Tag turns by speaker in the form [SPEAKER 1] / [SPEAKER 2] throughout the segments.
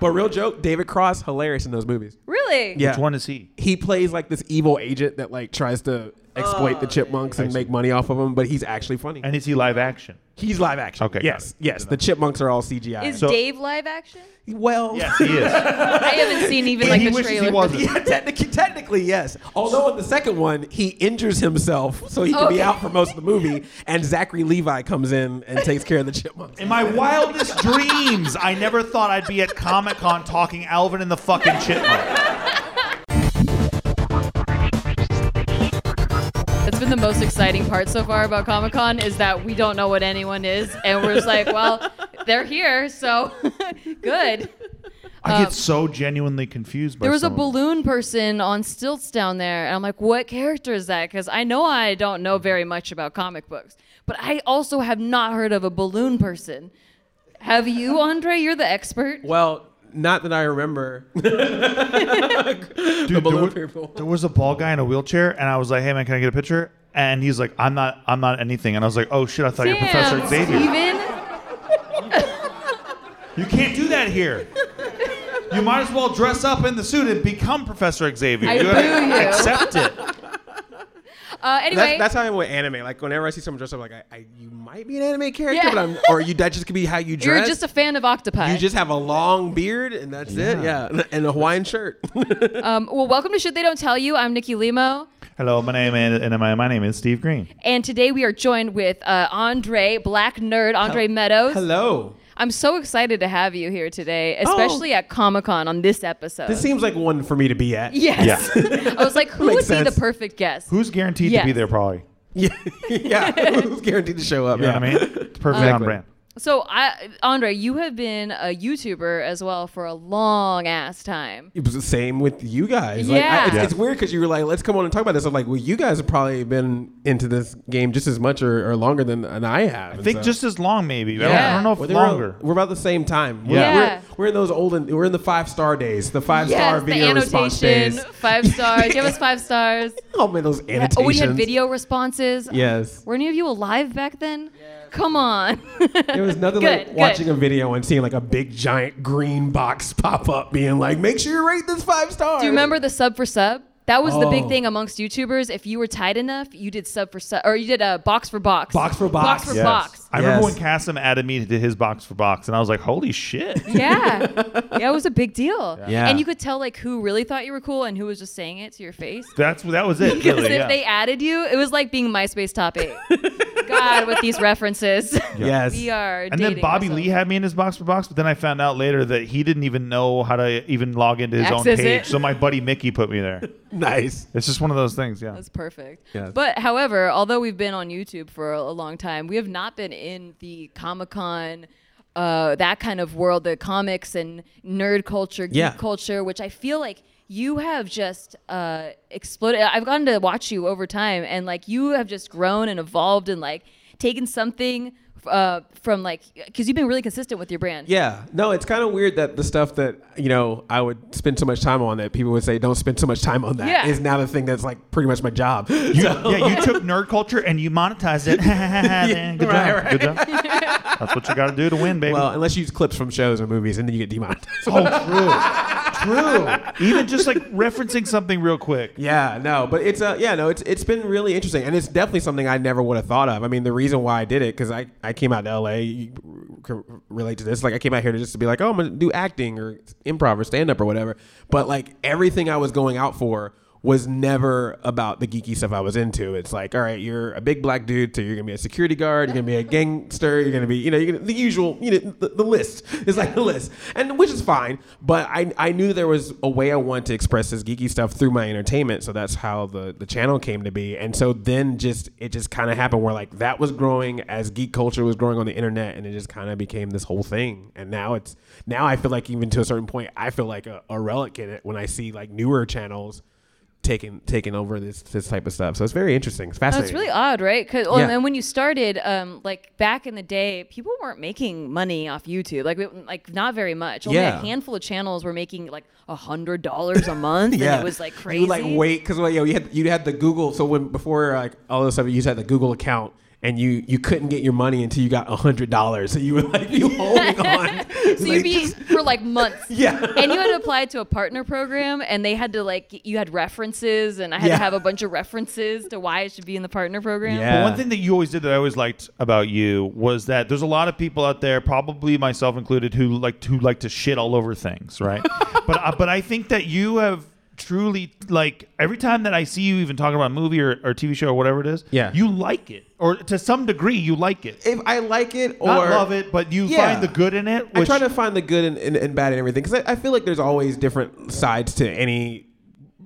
[SPEAKER 1] But real joke, David Cross hilarious in those movies.
[SPEAKER 2] Really?
[SPEAKER 1] Yeah.
[SPEAKER 3] Which one is he?
[SPEAKER 1] He plays like this evil agent that like tries to exploit
[SPEAKER 2] Oh.
[SPEAKER 1] the chipmunks and make money off of them, but he's actually funny.
[SPEAKER 3] And is he live action?
[SPEAKER 1] He's live action.
[SPEAKER 3] Okay, got
[SPEAKER 1] Yes.
[SPEAKER 3] it.
[SPEAKER 1] Yes. The chipmunks are all CGI.
[SPEAKER 2] Is
[SPEAKER 3] So-
[SPEAKER 2] Dave live action?
[SPEAKER 1] well,
[SPEAKER 3] Yes, he is.
[SPEAKER 2] I haven't seen even like
[SPEAKER 3] he
[SPEAKER 2] the
[SPEAKER 3] wishes he
[SPEAKER 2] trailer.
[SPEAKER 3] wasn't.
[SPEAKER 1] yeah, technically, technically, yes. Although in the second one, he injures himself, so he can be
[SPEAKER 2] Okay.
[SPEAKER 1] out for most of the movie, and Zachary Levi comes in and takes care of the chipmunks.
[SPEAKER 3] In my wildest dreams, I never thought I'd be at Comic Con talking Alvin and the fucking Chipmunk.
[SPEAKER 2] That's been the most exciting part so far about Comic Con is that we don't know what anyone is, and we're just like, well, they're here, so good.
[SPEAKER 3] I get so genuinely confused by
[SPEAKER 2] Um, There was a
[SPEAKER 3] some of them.
[SPEAKER 2] balloon person on stilts down there, and I'm like, what character is that? Because I know I don't know very much about comic books, but I also have not heard of a balloon person. Have you, Andre? You're the expert.
[SPEAKER 1] Well, not that I remember.
[SPEAKER 3] Dude,
[SPEAKER 1] balloon
[SPEAKER 3] there, wa-
[SPEAKER 1] people.
[SPEAKER 3] there was a bald guy in a wheelchair, and I was like, "Hey man, can I get a picture?" And he's like, "I'm not, I'm not anything." And I was like, "Oh shit, I thought you were Professor
[SPEAKER 2] Damn,
[SPEAKER 3] Xavier."
[SPEAKER 2] Steven.
[SPEAKER 3] You can't do that here. You might as well dress up in the suit and become Professor Xavier.
[SPEAKER 2] I
[SPEAKER 3] you
[SPEAKER 2] boo you.
[SPEAKER 3] accept it.
[SPEAKER 2] Uh, anyway,
[SPEAKER 1] That's, that's how I am with anime. Like whenever I see someone dressed up, like I, I you might be an anime character,
[SPEAKER 2] Yeah.
[SPEAKER 1] but I'm, or you that just could be how you dress.
[SPEAKER 2] you're just a fan of octopi.
[SPEAKER 1] you just have a long beard and that's it. Yeah, and a Hawaiian shirt.
[SPEAKER 2] um, well, welcome to Should They Don't Tell You. I'm Nikki Limo.
[SPEAKER 3] Hello, my name is, and my, my name is Steve Green.
[SPEAKER 2] And today we are joined with uh, Andre, black nerd Andre Meadows.
[SPEAKER 1] Hello.
[SPEAKER 2] I'm so excited to have you here today, especially at Comic Con on this episode.
[SPEAKER 1] Oh. This seems like one for me to be at.
[SPEAKER 2] yes. I was like, who would
[SPEAKER 1] Makes
[SPEAKER 2] be
[SPEAKER 1] sense.
[SPEAKER 2] the perfect guest?
[SPEAKER 3] Who's guaranteed
[SPEAKER 2] Yes.
[SPEAKER 3] to be there? Probably.
[SPEAKER 1] Yeah, yeah. Who's guaranteed to show up?
[SPEAKER 3] You know
[SPEAKER 1] yeah,
[SPEAKER 3] what I mean? It's perfect on
[SPEAKER 1] Exactly.
[SPEAKER 3] brand.
[SPEAKER 2] So, I, Andre, you have been a YouTuber as well for a long ass time.
[SPEAKER 1] It was the same with you guys. Like, I,
[SPEAKER 2] Yeah.
[SPEAKER 1] it's,
[SPEAKER 2] Yeah.
[SPEAKER 1] it's weird because you were like, let's come on and talk about this. I'm like, well, you guys have probably been into this game just as much or, or longer than, than I have.
[SPEAKER 3] I
[SPEAKER 1] And
[SPEAKER 3] think
[SPEAKER 1] so-
[SPEAKER 3] just as long, maybe. I, don't,
[SPEAKER 2] Yeah.
[SPEAKER 3] I don't know if
[SPEAKER 1] Well, they were-
[SPEAKER 3] longer.
[SPEAKER 1] We're about the same time. We're,
[SPEAKER 3] Yeah.
[SPEAKER 1] we're,
[SPEAKER 2] Yeah.
[SPEAKER 1] we're in those olden. We're in the five star days. The five star
[SPEAKER 2] Yes, the
[SPEAKER 1] video response days.
[SPEAKER 2] annotation, five stars. Give us five stars.
[SPEAKER 1] Oh man, those annotations.
[SPEAKER 2] Oh, we had video responses.
[SPEAKER 1] Yes.
[SPEAKER 2] Were any of you alive back then? Come on.
[SPEAKER 1] It was nothing
[SPEAKER 2] Good,
[SPEAKER 1] like watching
[SPEAKER 2] good.
[SPEAKER 1] a video and seeing like a big giant green box pop up, being like, "Make sure you rate this five stars."
[SPEAKER 2] Do you remember the sub for sub? That was the big
[SPEAKER 1] Oh.
[SPEAKER 2] thing amongst YouTubers. If you were tight enough, you did sub for sub, or you did a box for box.
[SPEAKER 1] Box for box.
[SPEAKER 2] Box for
[SPEAKER 1] Yes.
[SPEAKER 2] box.
[SPEAKER 3] I remember when
[SPEAKER 1] Yes.
[SPEAKER 3] Cassim added me to his box for box, and I was like, "Holy shit!"
[SPEAKER 2] Yeah. yeah, it was a big deal.
[SPEAKER 1] Yeah.
[SPEAKER 2] And you could tell like who really thought you were cool and who was just saying it to your face.
[SPEAKER 3] That's that was it.
[SPEAKER 2] Because
[SPEAKER 3] Really,
[SPEAKER 2] if
[SPEAKER 3] yeah.
[SPEAKER 2] they added you, it was like being MySpace top eight. God, with these references.
[SPEAKER 1] Yes.
[SPEAKER 2] we are
[SPEAKER 3] and then
[SPEAKER 2] dating
[SPEAKER 3] Bobby
[SPEAKER 2] ourselves.
[SPEAKER 3] Lee had me in his box for box, but then I found out later that he didn't even know how to even log into his
[SPEAKER 2] Access
[SPEAKER 3] own page.
[SPEAKER 2] it.
[SPEAKER 3] So my buddy Mickey put me there.
[SPEAKER 1] Nice.
[SPEAKER 3] It's just one of those things, yeah.
[SPEAKER 2] That's perfect.
[SPEAKER 1] Yes.
[SPEAKER 2] But however, although we've been on YouTube for a, a long time, we have not been in the Comic Con, uh, that kind of world, the comics and nerd culture, geek
[SPEAKER 1] Yeah.
[SPEAKER 2] culture, which I feel like you have just uh, exploded. I've gotten to watch you over time, and like you have just grown and evolved and like taken something. Uh, from like, because you've been really consistent with your brand.
[SPEAKER 1] Yeah. No, it's kind of weird that the stuff that, you know, I would spend so much time on that people would say, don't spend so much time on that is
[SPEAKER 2] Yeah.
[SPEAKER 1] now the thing that's like pretty much my job.
[SPEAKER 3] You, yeah, you took nerd culture and you monetized it.
[SPEAKER 1] right,
[SPEAKER 3] Good job.
[SPEAKER 1] right.
[SPEAKER 3] Good job. That's what you got to do to win, baby.
[SPEAKER 1] well, unless you use clips from shows or movies and then you get demonetized.
[SPEAKER 3] oh, true. True. Even just like referencing something real quick.
[SPEAKER 1] yeah, no, but it's uh, yeah, no, it's it's been really interesting and it's definitely something I never would have thought of. I mean, the reason why I did it cuz I I came out to LA, you can relate to this. Like I came out here to just to be like, "Oh, I'm going to do acting or improv or stand up or whatever." But like everything I was going out for was never about the geeky stuff I was into. It's like, all right, you're a big black dude, so you're gonna be a security guard, you're gonna be a gangster, you're gonna be, you know, you're gonna, the usual, you know, the, the list is like the list, and which is fine. But I, I knew there was a way I wanted to express this geeky stuff through my entertainment, so that's how the the channel came to be. And so then just it just kind of happened where like that was growing as geek culture was growing on the internet, and it just kind of became this whole thing. And now it's now I feel like even to a certain point, I feel like a, a relic in it when I see like newer channels taking taking over this this type of stuff. So it's very interesting. It's
[SPEAKER 2] Oh,
[SPEAKER 1] fascinating.
[SPEAKER 2] it's really odd, right? 'Cause- well,
[SPEAKER 1] Yeah.
[SPEAKER 2] and when you started, um, like back in the day, people weren't making money off YouTube. Like, we, like not very much. Only
[SPEAKER 1] Yeah.
[SPEAKER 2] a handful of channels were making like a hundred dollars a month, and it was like
[SPEAKER 1] You
[SPEAKER 2] crazy.
[SPEAKER 1] would, like wait because like, you know, you had you had the Google. So when before like all this stuff, you just had the Google account. and you you couldn't get your money until you got a hundred dollars. So you were like you holding on.
[SPEAKER 2] So
[SPEAKER 1] Like,
[SPEAKER 2] you'd be
[SPEAKER 1] just-
[SPEAKER 2] for like months.
[SPEAKER 1] Yeah.
[SPEAKER 2] And you had to apply to a partner program, and they had to like you had references, and I had
[SPEAKER 1] Yeah.
[SPEAKER 2] to have a bunch of references to why I should be in the partner program.
[SPEAKER 1] Yeah.
[SPEAKER 3] But one thing that you always did that I always liked about you was that there's a lot of people out there, probably myself included, who like who like to shit all over things, right? but uh, but I think that you have truly like every time that I see you even talking about a movie or, or TV show or whatever it is,
[SPEAKER 1] Yeah.
[SPEAKER 3] you like it or to some degree you like it.
[SPEAKER 1] if I like it or
[SPEAKER 3] Not love it, but you
[SPEAKER 1] Yeah.
[SPEAKER 3] find the good in it. Which,
[SPEAKER 1] I try to find the good and, and, and bad and everything because I, I feel like there's always different sides to any,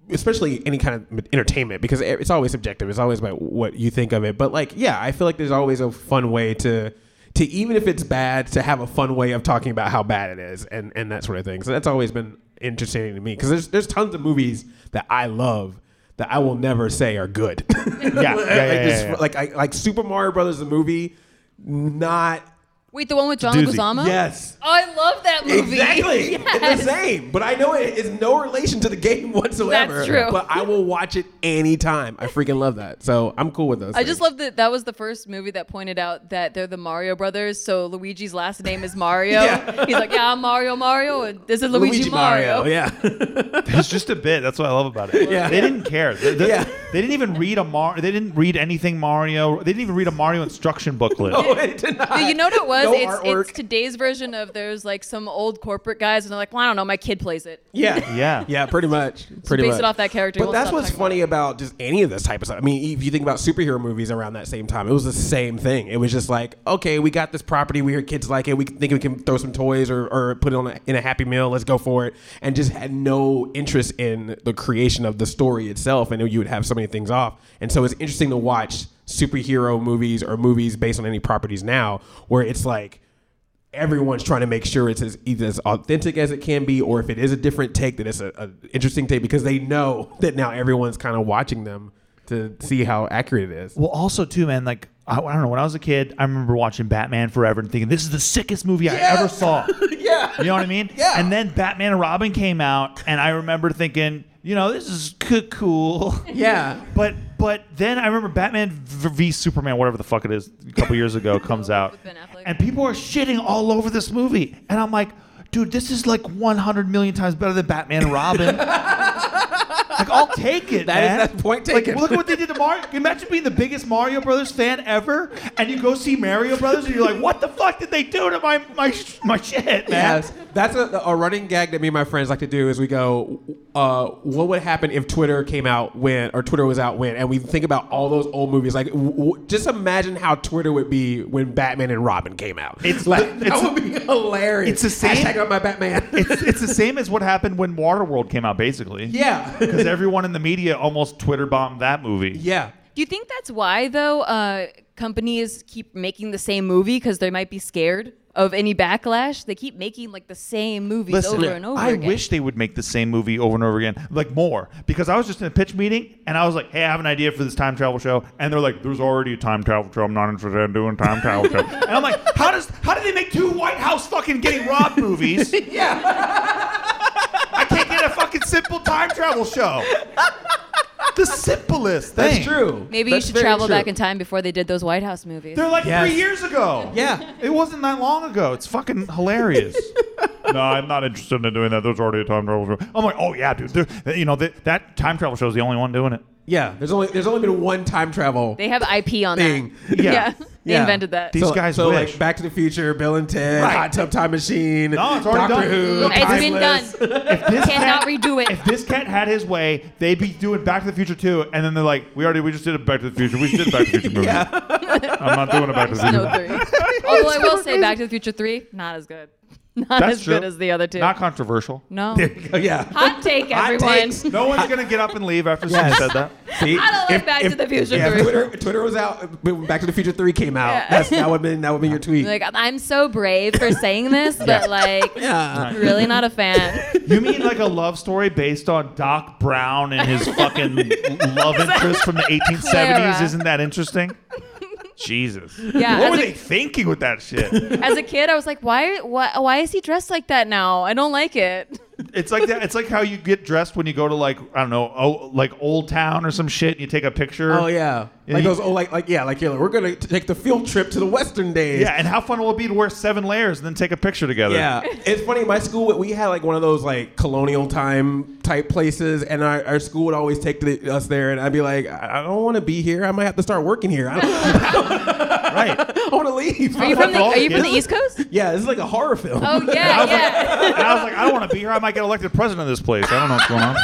[SPEAKER 1] especially any kind of entertainment because it- it's always subjective. It's always about what you think of it. But like, yeah, I feel like there's always a fun way to, to even if it's bad, to have a fun way of talking about how bad it is and and that sort of thing. So that's always been interesting to me because there's there's tons of movies that I love. That I will never say are good.
[SPEAKER 3] yeah,
[SPEAKER 1] like,
[SPEAKER 3] yeah,
[SPEAKER 1] just-
[SPEAKER 3] yeah, yeah.
[SPEAKER 1] like I, like Super Mario Brothers the movie, not
[SPEAKER 2] Wait, the one with John Leguizamo?
[SPEAKER 1] yes.
[SPEAKER 2] Oh, I love that movie.
[SPEAKER 1] Exactly. It's
[SPEAKER 2] Yes.
[SPEAKER 1] the same. But I know it is no relation to the game whatsoever.
[SPEAKER 2] That's true.
[SPEAKER 1] But I will watch it anytime. I freaking love that. So I'm cool with those.
[SPEAKER 2] I just love that that was the first movie that pointed out that they're the Mario brothers. So Luigi's last name is Mario.
[SPEAKER 1] Yeah.
[SPEAKER 2] He's like, yeah, I'm Mario Mario, and this is Luigi, Mario.
[SPEAKER 1] Yeah.
[SPEAKER 3] It's just a bit. That's what I love about it.
[SPEAKER 1] Yeah.
[SPEAKER 3] They didn't care. They, they-
[SPEAKER 1] Yeah.
[SPEAKER 3] they didn't even read a Mar. They didn't read anything Mario. They didn't even read a Mario instruction booklet.
[SPEAKER 2] But you know what it was?
[SPEAKER 1] No
[SPEAKER 2] it's,
[SPEAKER 1] artwork.
[SPEAKER 2] it's today's version of there's like some old corporate guys, and they're like, well, I don't know, my kid plays it.
[SPEAKER 1] yeah.
[SPEAKER 3] Yeah.
[SPEAKER 1] Yeah, pretty much. Pretty
[SPEAKER 2] base
[SPEAKER 1] much.
[SPEAKER 2] it off that character,
[SPEAKER 1] But
[SPEAKER 2] we'll
[SPEAKER 1] that's
[SPEAKER 2] stop
[SPEAKER 1] what's
[SPEAKER 2] talking about
[SPEAKER 1] funny about just any of this type of stuff. I mean, if you think about superhero movies around that same time, it was the same thing. It was just like, okay, we got this property. We hear kids like it. We think we can throw some toys or, or put it on a, in a Happy Meal. Let's go for it. And just had no interest in the creation of the story itself. And you would have so many things off. And so it's interesting to watch superhero movies or movies based on any properties now where it's like, everyone's trying to make sure it's as, either as authentic as it can be, or if it is a different take, that it's an interesting take because they know that now everyone's kind of watching them to see how accurate it is.
[SPEAKER 3] Well, also too, man. Like I, I don't know. When I was a kid, I remember watching Batman Forever and thinking this is the sickest movie I ever saw.
[SPEAKER 1] Yeah.
[SPEAKER 3] You know what I mean?
[SPEAKER 1] Yeah.
[SPEAKER 3] And then Batman and Robin came out, and I remember thinking, you know, this is c- cool.
[SPEAKER 1] Yeah.
[SPEAKER 3] But but then I remember Batman v v Superman, whatever the fuck it is, a couple years ago comes out,
[SPEAKER 2] With Ben Affleck.
[SPEAKER 3] and people are shitting all over this movie, and I'm like, dude, this is like 100 million times better than Batman and Robin. like I'll take it.
[SPEAKER 1] That is-
[SPEAKER 3] man.
[SPEAKER 1] that's point
[SPEAKER 3] Like,
[SPEAKER 1] taken.
[SPEAKER 3] look what they did to Mario. Imagine being the biggest Mario Brothers fan ever, and you go see Mario Brothers, and you're like, what the fuck did they do to my my my shit, man?
[SPEAKER 1] Yes, that's a, a running gag that me and my friends like to do. Is we go, uh, what would happen if Twitter came out when, or Twitter was out when, and we think about all those old movies. Like, w- w- just imagine how Twitter would be when Batman and Robin came out.
[SPEAKER 3] It's-
[SPEAKER 1] like
[SPEAKER 3] it's-
[SPEAKER 1] that would be hilarious.
[SPEAKER 3] it's the same-
[SPEAKER 1] Hashtag about my Batman.
[SPEAKER 3] It's, it's the same as what happened when Waterworld came out, basically.
[SPEAKER 1] yeah,
[SPEAKER 3] because everyone in the media almost Twitter bombed that movie.
[SPEAKER 1] yeah.
[SPEAKER 2] Do you think that's why, though, uh, companies keep making the same movie because they might be scared of any backlash? They keep making like the same movies over and over
[SPEAKER 3] I
[SPEAKER 2] again.
[SPEAKER 3] wish they would make the same movie over and over again, like more. Because I was just in a pitch meeting and I was like, "Hey, I have an idea for this time travel show," and they're like, "There's already a time travel show. I'm not interested in doing time travel show." and I'm like, "How does how do they make two White House fucking getting robbed movies?
[SPEAKER 1] Yeah.
[SPEAKER 3] I can't get a fucking simple time travel show." The simplest thing.
[SPEAKER 1] That's true.
[SPEAKER 2] Maybe
[SPEAKER 1] That's
[SPEAKER 2] you should
[SPEAKER 1] very
[SPEAKER 2] travel
[SPEAKER 1] true.
[SPEAKER 2] back in time before they did those White House movies.
[SPEAKER 3] They're like
[SPEAKER 1] Yes.
[SPEAKER 3] three years ago.
[SPEAKER 1] Yeah.
[SPEAKER 3] It wasn't that long ago. It's fucking hilarious. no, I'm not interested in doing that. There's already a time travel show. I'm like, oh yeah, dude. There- You know that that time travel show is the only one doing it.
[SPEAKER 1] Yeah. There's only there's only been one time travel.
[SPEAKER 2] they have IP on
[SPEAKER 1] Thing.
[SPEAKER 2] that.
[SPEAKER 3] Yeah.
[SPEAKER 2] They
[SPEAKER 1] Yeah.
[SPEAKER 2] invented that.
[SPEAKER 3] These guys
[SPEAKER 1] so
[SPEAKER 3] wish.
[SPEAKER 1] like Back to the Future, Bill and Ted,
[SPEAKER 3] Right.
[SPEAKER 1] Hot Tub Time Machine,
[SPEAKER 3] No, it's already
[SPEAKER 1] Doctor
[SPEAKER 3] done.
[SPEAKER 1] Who.
[SPEAKER 3] Look,
[SPEAKER 2] it's been
[SPEAKER 1] Timeless.
[SPEAKER 2] done.
[SPEAKER 3] If this
[SPEAKER 2] Cannot
[SPEAKER 3] cat,
[SPEAKER 2] redo it.
[SPEAKER 3] If this cat had his way, they'd be doing Back to the Future too. And then they're like, we already we just did a Back to the Future. We just did a Back to the Future movie. I'm not doing a Back to the Future.
[SPEAKER 2] no three. Although I will say, Back to the Future three, not as good. Not
[SPEAKER 3] That's
[SPEAKER 2] as
[SPEAKER 3] true.
[SPEAKER 2] good as the other two.
[SPEAKER 3] Not controversial.
[SPEAKER 2] no.
[SPEAKER 1] Oh, yeah.
[SPEAKER 2] Hot take, everyone.
[SPEAKER 1] takes.
[SPEAKER 3] No one's gonna get up and leave after someone said that.
[SPEAKER 1] See?
[SPEAKER 2] I don't like
[SPEAKER 1] If-
[SPEAKER 2] Back
[SPEAKER 1] if-
[SPEAKER 2] to the Future
[SPEAKER 1] Yeah, if
[SPEAKER 2] three.
[SPEAKER 1] Twitter, Twitter was out. but when Back to the Future Three came out.
[SPEAKER 2] Yeah.
[SPEAKER 1] That's that would been that would be your tweet.
[SPEAKER 2] Like I'm so brave for saying this, but like
[SPEAKER 1] yeah.
[SPEAKER 2] really not a fan.
[SPEAKER 3] You mean like a love story based on Doc Brown and his fucking love interest from the 1870s?
[SPEAKER 2] Clara.
[SPEAKER 3] Isn't that interesting? Jesus.
[SPEAKER 2] Yeah,
[SPEAKER 3] What
[SPEAKER 2] as
[SPEAKER 3] were
[SPEAKER 2] a-
[SPEAKER 3] they thinking with that shit?
[SPEAKER 2] As a kid, I was like, why, why, why is he dressed like that now? I don't like it.
[SPEAKER 3] It's like that. It's like how you get dressed when you go to like I don't know, oh, like Old Town or some shit. and You take a picture.
[SPEAKER 1] Oh yeah,
[SPEAKER 3] Yeah,
[SPEAKER 1] like
[SPEAKER 3] you-
[SPEAKER 1] those. Oh, like like yeah, like you're like, we're gonna take the field trip to the Western days.
[SPEAKER 3] Yeah, and how fun will it be to wear seven layers and then take a picture together?
[SPEAKER 1] Yeah, it's funny. My school, we had like one of those like colonial time type places, and our, our school would always take the, us there, and I'd be like, I I don't want to be here. I might have to start working here. I, don't,
[SPEAKER 3] right.
[SPEAKER 1] I want to leave.
[SPEAKER 2] Are you from the
[SPEAKER 3] all
[SPEAKER 2] Are you from the
[SPEAKER 3] kids.
[SPEAKER 2] East Coast?
[SPEAKER 1] yeah, this is like a horror film.
[SPEAKER 2] Oh yeah, yeah.
[SPEAKER 3] And I was like, I don't want to be here. I might get elected president of this place. I don't know what's going on.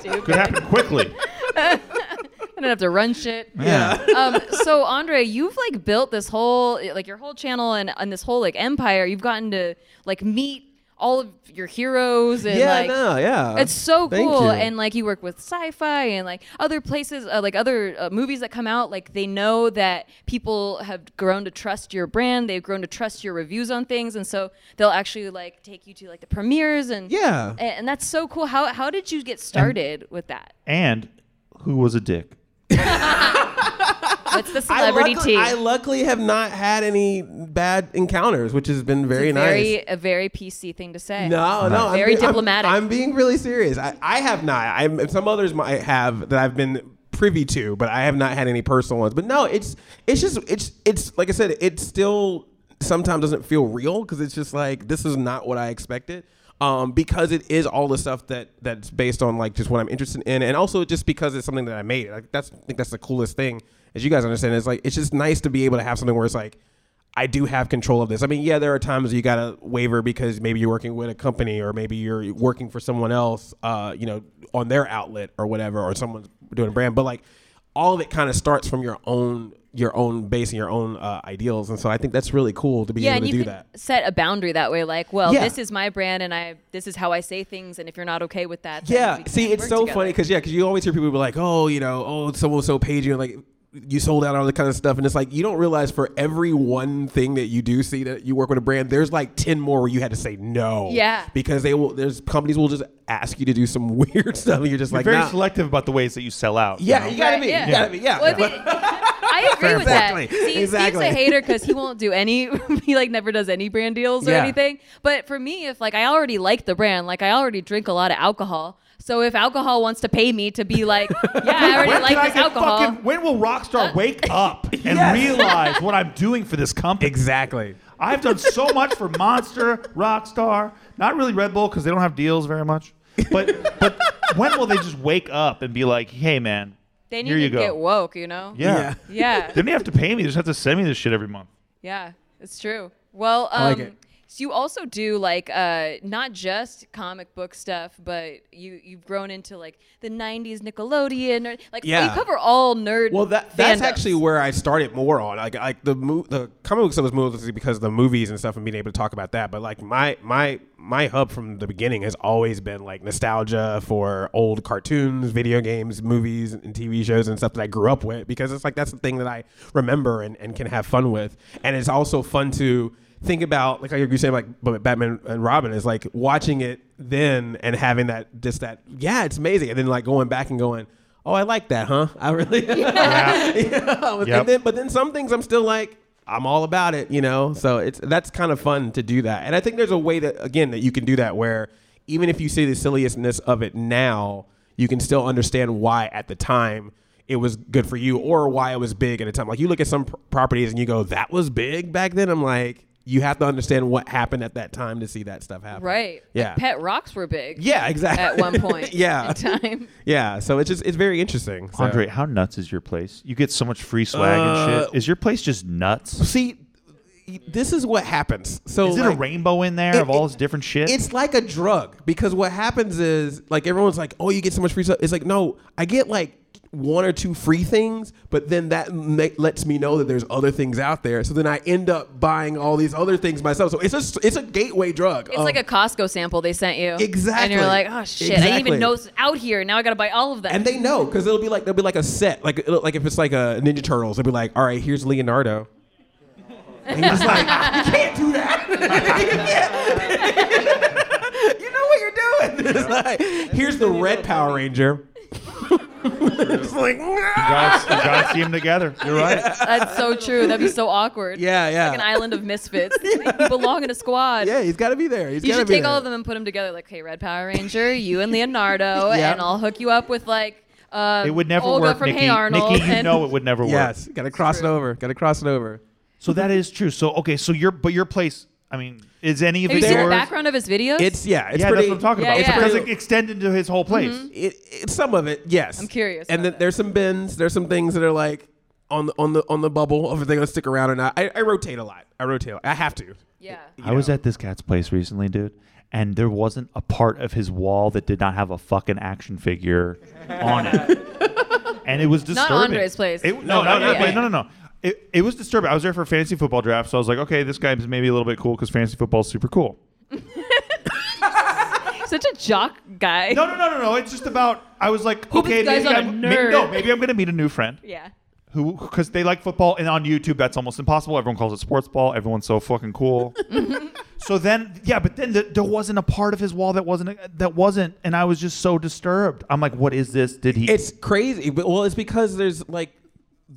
[SPEAKER 3] Could happen quickly.
[SPEAKER 2] I don't have to run shit.
[SPEAKER 1] yeah.
[SPEAKER 2] um, so Andre, you've like built this whole like your whole channel and and this whole like empire. You've gotten to like meet all of your heroes and
[SPEAKER 1] yeah,
[SPEAKER 2] like.
[SPEAKER 1] no, yeah.
[SPEAKER 2] It's so
[SPEAKER 1] Thank
[SPEAKER 2] cool,
[SPEAKER 1] you.
[SPEAKER 2] and like you work with sci-fi and like other places, uh, like other uh, movies that come out. Like they know that people have grown to trust your brand, they've grown to trust your reviews on things, and so they'll actually like take you to like the premieres and
[SPEAKER 1] Yeah.
[SPEAKER 2] and, and that's so cool. How how did you get started with that?
[SPEAKER 3] And who was a dick?
[SPEAKER 2] What's the
[SPEAKER 1] I
[SPEAKER 2] celebrity
[SPEAKER 1] luckily,
[SPEAKER 2] tea?
[SPEAKER 1] I luckily have not had any bad encounters, which has been very
[SPEAKER 2] It's a
[SPEAKER 1] nice.
[SPEAKER 2] very a very PC thing to say.
[SPEAKER 1] No, no. I'm
[SPEAKER 2] Very
[SPEAKER 1] being- I'm-
[SPEAKER 2] diplomatic.
[SPEAKER 1] I'm, being really serious. I, I have not. I'm, some others might have that I've been privy to, but I have not had any personal ones. But no, it's it's just it's it's like I said, it still sometimes doesn't feel real because it's just like this is not what I expected. Um, because it is all the stuff that that's based on like just what I'm interested in, and also just because it's something that I made. Like that's I think that's the coolest thing, as you guys understand. It's like it's just nice to be able to have something where it's like I do have control of this. I mean, yeah, there are times you gotta waver because maybe you're working with a company or maybe you're working for someone else, uh, you know, on their outlet or whatever, or someone's doing a brand. But like, all of it kind of starts from your own your own base and your own uh, ideals, and so I think that's really cool to be
[SPEAKER 2] Yeah,
[SPEAKER 1] able
[SPEAKER 2] and
[SPEAKER 1] to
[SPEAKER 2] you
[SPEAKER 1] do
[SPEAKER 2] can
[SPEAKER 1] that.
[SPEAKER 2] set a boundary that way. Like, well,
[SPEAKER 1] Yeah.
[SPEAKER 2] this is my brand, and I this is how I say things, and if you're not okay with that, then we
[SPEAKER 1] Yeah,
[SPEAKER 2] can't
[SPEAKER 1] see, it's
[SPEAKER 2] work
[SPEAKER 1] so
[SPEAKER 2] together.
[SPEAKER 1] funny because yeah, because you always hear people be like, oh, you know, oh, someone so paid you like. You sold out all that kind of stuff, and it's like you don't realize for every one thing that you do see that you work with a brand, there's like ten more where you had to say no.
[SPEAKER 2] Yeah.
[SPEAKER 1] because they will. There's companies will just ask you to do some weird stuff, and you're just like,
[SPEAKER 3] Very
[SPEAKER 1] nah.
[SPEAKER 3] selective about the ways that you sell out. you
[SPEAKER 1] yeah,
[SPEAKER 3] know?
[SPEAKER 1] you gotta
[SPEAKER 2] Right,
[SPEAKER 1] be,
[SPEAKER 2] yeah.
[SPEAKER 1] you gotta be, yeah.
[SPEAKER 2] Well, if it- I agree with that.
[SPEAKER 1] Exactly,
[SPEAKER 2] See,
[SPEAKER 1] exactly.
[SPEAKER 2] Steve's a hater because he won't do any. he like never does any brand deals or
[SPEAKER 1] Yeah.
[SPEAKER 2] anything. But for me, if like I already like the brand, like I already drink a lot of alcohol. So if alcohol wants to pay me to be like, yeah, I
[SPEAKER 3] When
[SPEAKER 2] already
[SPEAKER 3] can I
[SPEAKER 2] like this
[SPEAKER 3] get
[SPEAKER 2] alcohol. Uh,
[SPEAKER 3] fucking- when will Rockstar wake up and
[SPEAKER 1] Yes.
[SPEAKER 3] realize what I'm doing for this company?
[SPEAKER 1] exactly.
[SPEAKER 3] I've done so much for Monster, Rockstar, not really Red Bull because they don't have deals very much. But but when will they just wake up and be like, hey man,
[SPEAKER 2] they need
[SPEAKER 3] here
[SPEAKER 2] to
[SPEAKER 3] you go.
[SPEAKER 2] get woke, you know?
[SPEAKER 3] yeah.
[SPEAKER 1] Yeah.
[SPEAKER 2] Yeah.
[SPEAKER 3] They don't even have to pay me. They just have to send me this shit every month.
[SPEAKER 2] Yeah, it's true. Well, um,
[SPEAKER 1] like it.
[SPEAKER 2] so you also do like uh, not just comic book stuff, but you you've grown into like the '90s Nickelodeon, or, like you
[SPEAKER 1] Yeah.
[SPEAKER 2] cover all nerd.
[SPEAKER 1] Well, that that's
[SPEAKER 2] fandoms.
[SPEAKER 1] actually where I started more on. Like, like the mo- the comic book stuff was mostly because of the movies and stuff, and being able to talk about that. But like my my my hub from the beginning has always been like nostalgia for old cartoons, video games, movies, and TV shows and stuff that I grew up with because it's like that's the thing that I remember and, and can have fun with, and it's also fun to think about like you saying like but Batman and Robin is like watching it then and having that just that yeah it's amazing and then like going back and going oh I like that huh I really yeah. And
[SPEAKER 3] Yep.
[SPEAKER 1] then- but then some things I'm still like, I'm all about it, you know? So it's that's kind of fun to do that. And I think there's a way that again that you can do that where even if you see the silliness of it now, you can still understand why at the time it was good for you or why it was big at the time. Like you look at some pr- properties and you go, that was big back then. I'm like, you have to understand what happened at that time to see that stuff happen.
[SPEAKER 2] right.
[SPEAKER 1] Yeah.
[SPEAKER 2] Like, pet rocks were big.
[SPEAKER 1] yeah, exactly.
[SPEAKER 2] At one point.
[SPEAKER 1] yeah.
[SPEAKER 2] in time.
[SPEAKER 1] Yeah. So it's just it's very interesting. So-
[SPEAKER 3] Andre, how nuts is your place? You get so much free swag and
[SPEAKER 1] Uh,
[SPEAKER 3] shit. Is your place just nuts?
[SPEAKER 1] See, this is what happens. So
[SPEAKER 3] Is it a
[SPEAKER 1] like,
[SPEAKER 3] rainbow in there
[SPEAKER 1] it-
[SPEAKER 3] of all
[SPEAKER 1] it-
[SPEAKER 3] this different shit?
[SPEAKER 1] It's like a drug because what happens is like everyone's like, "Oh, you get so much free stuff." It's like, no, I get like one or two free things, but then that ma- lets me know that there's other things out there. So then I end up buying all these other things myself. So it's a it's a gateway drug.
[SPEAKER 2] It's like a Costco sample they sent you. And
[SPEAKER 1] Um, Exactly.
[SPEAKER 2] you're like, oh shit, I didn't
[SPEAKER 1] Exactly.
[SPEAKER 2] even know it's out here. Now I got to buy all of that.
[SPEAKER 1] and they know because it'll be like there'll be like a set like it'll, like if it's like a Ninja Turtles, they'll be like, "All right, here's Leonardo." And you're just like, you can't do that. you, can't. You know what you're doing. It's like, here's the red Power Ranger. it's like, nah.
[SPEAKER 3] gotta, you gotta see them together. You're right.
[SPEAKER 2] That's so true. That'd be so awkward.
[SPEAKER 1] yeah, yeah,
[SPEAKER 2] Like an island of misfits. You belong in a squad.
[SPEAKER 1] yeah. He's got to be there. He's
[SPEAKER 2] You
[SPEAKER 1] gotta
[SPEAKER 2] should
[SPEAKER 1] be
[SPEAKER 2] take
[SPEAKER 1] there.
[SPEAKER 2] all of them and put them together. Like, hey, Red Power Ranger, you and Leonardo,
[SPEAKER 1] Yeah.
[SPEAKER 2] and I'll hook you up with like. Uh,
[SPEAKER 3] It would never
[SPEAKER 2] Olga
[SPEAKER 3] work,
[SPEAKER 2] from
[SPEAKER 3] Nikki.
[SPEAKER 2] Hey Arnold.
[SPEAKER 3] Nikki, you
[SPEAKER 2] and
[SPEAKER 3] know it would never work.
[SPEAKER 1] Yes, got to cross it
[SPEAKER 2] True.
[SPEAKER 1] over. Got to cross it over.
[SPEAKER 3] So that is true. So okay, so your but your place. I mean, is any of
[SPEAKER 2] Have you
[SPEAKER 3] it
[SPEAKER 2] seen the
[SPEAKER 3] yours?
[SPEAKER 2] background of his videos?
[SPEAKER 1] It's yeah. It's
[SPEAKER 3] yeah,
[SPEAKER 1] pretty,
[SPEAKER 3] that's what I'm talking
[SPEAKER 2] Yeah,
[SPEAKER 3] about.
[SPEAKER 2] yeah. Mm-hmm.
[SPEAKER 3] It's because
[SPEAKER 1] Pretty-
[SPEAKER 3] it extended to his whole place.
[SPEAKER 1] It, it's some of it, yes.
[SPEAKER 2] I'm curious
[SPEAKER 1] And
[SPEAKER 2] about
[SPEAKER 1] then
[SPEAKER 2] that.
[SPEAKER 1] there's some bins. There's some things that are like on the on the on the bubble of if they're gonna stick around or not. I, I rotate a lot. I rotate. a lot. I have to.
[SPEAKER 2] yeah.
[SPEAKER 3] I was at this cat's place recently, dude, and there wasn't a part of his wall that did not have a fucking action figure on it. and it was disturbing.
[SPEAKER 2] Andre's place.
[SPEAKER 3] It-
[SPEAKER 1] No,
[SPEAKER 3] no, no,
[SPEAKER 1] not
[SPEAKER 3] no,
[SPEAKER 2] Andre's
[SPEAKER 3] wait, no, no,
[SPEAKER 2] place.
[SPEAKER 3] no. It, it was disturbing. I was there for a fantasy football draft, so I was like, okay, this guy's maybe a little bit cool because fantasy football's super cool.
[SPEAKER 2] Such a jock guy.
[SPEAKER 3] No, no, no, no, no. It's just about. I was like,
[SPEAKER 2] Hope
[SPEAKER 3] okay,
[SPEAKER 2] this guy's not
[SPEAKER 3] maybe
[SPEAKER 2] a
[SPEAKER 3] I'm, may- no,
[SPEAKER 2] nerd.
[SPEAKER 3] maybe I'm gonna meet a new friend
[SPEAKER 2] Yeah.
[SPEAKER 3] who because they like football, and on YouTube that's almost impossible. Everyone calls it sports ball. Everyone's so fucking cool. so then, yeah, but then th there wasn't a part of his wall that wasn't that wasn't, and I was just so disturbed. I'm like, what is this? Did he?
[SPEAKER 1] It's crazy, but well, it's because there's like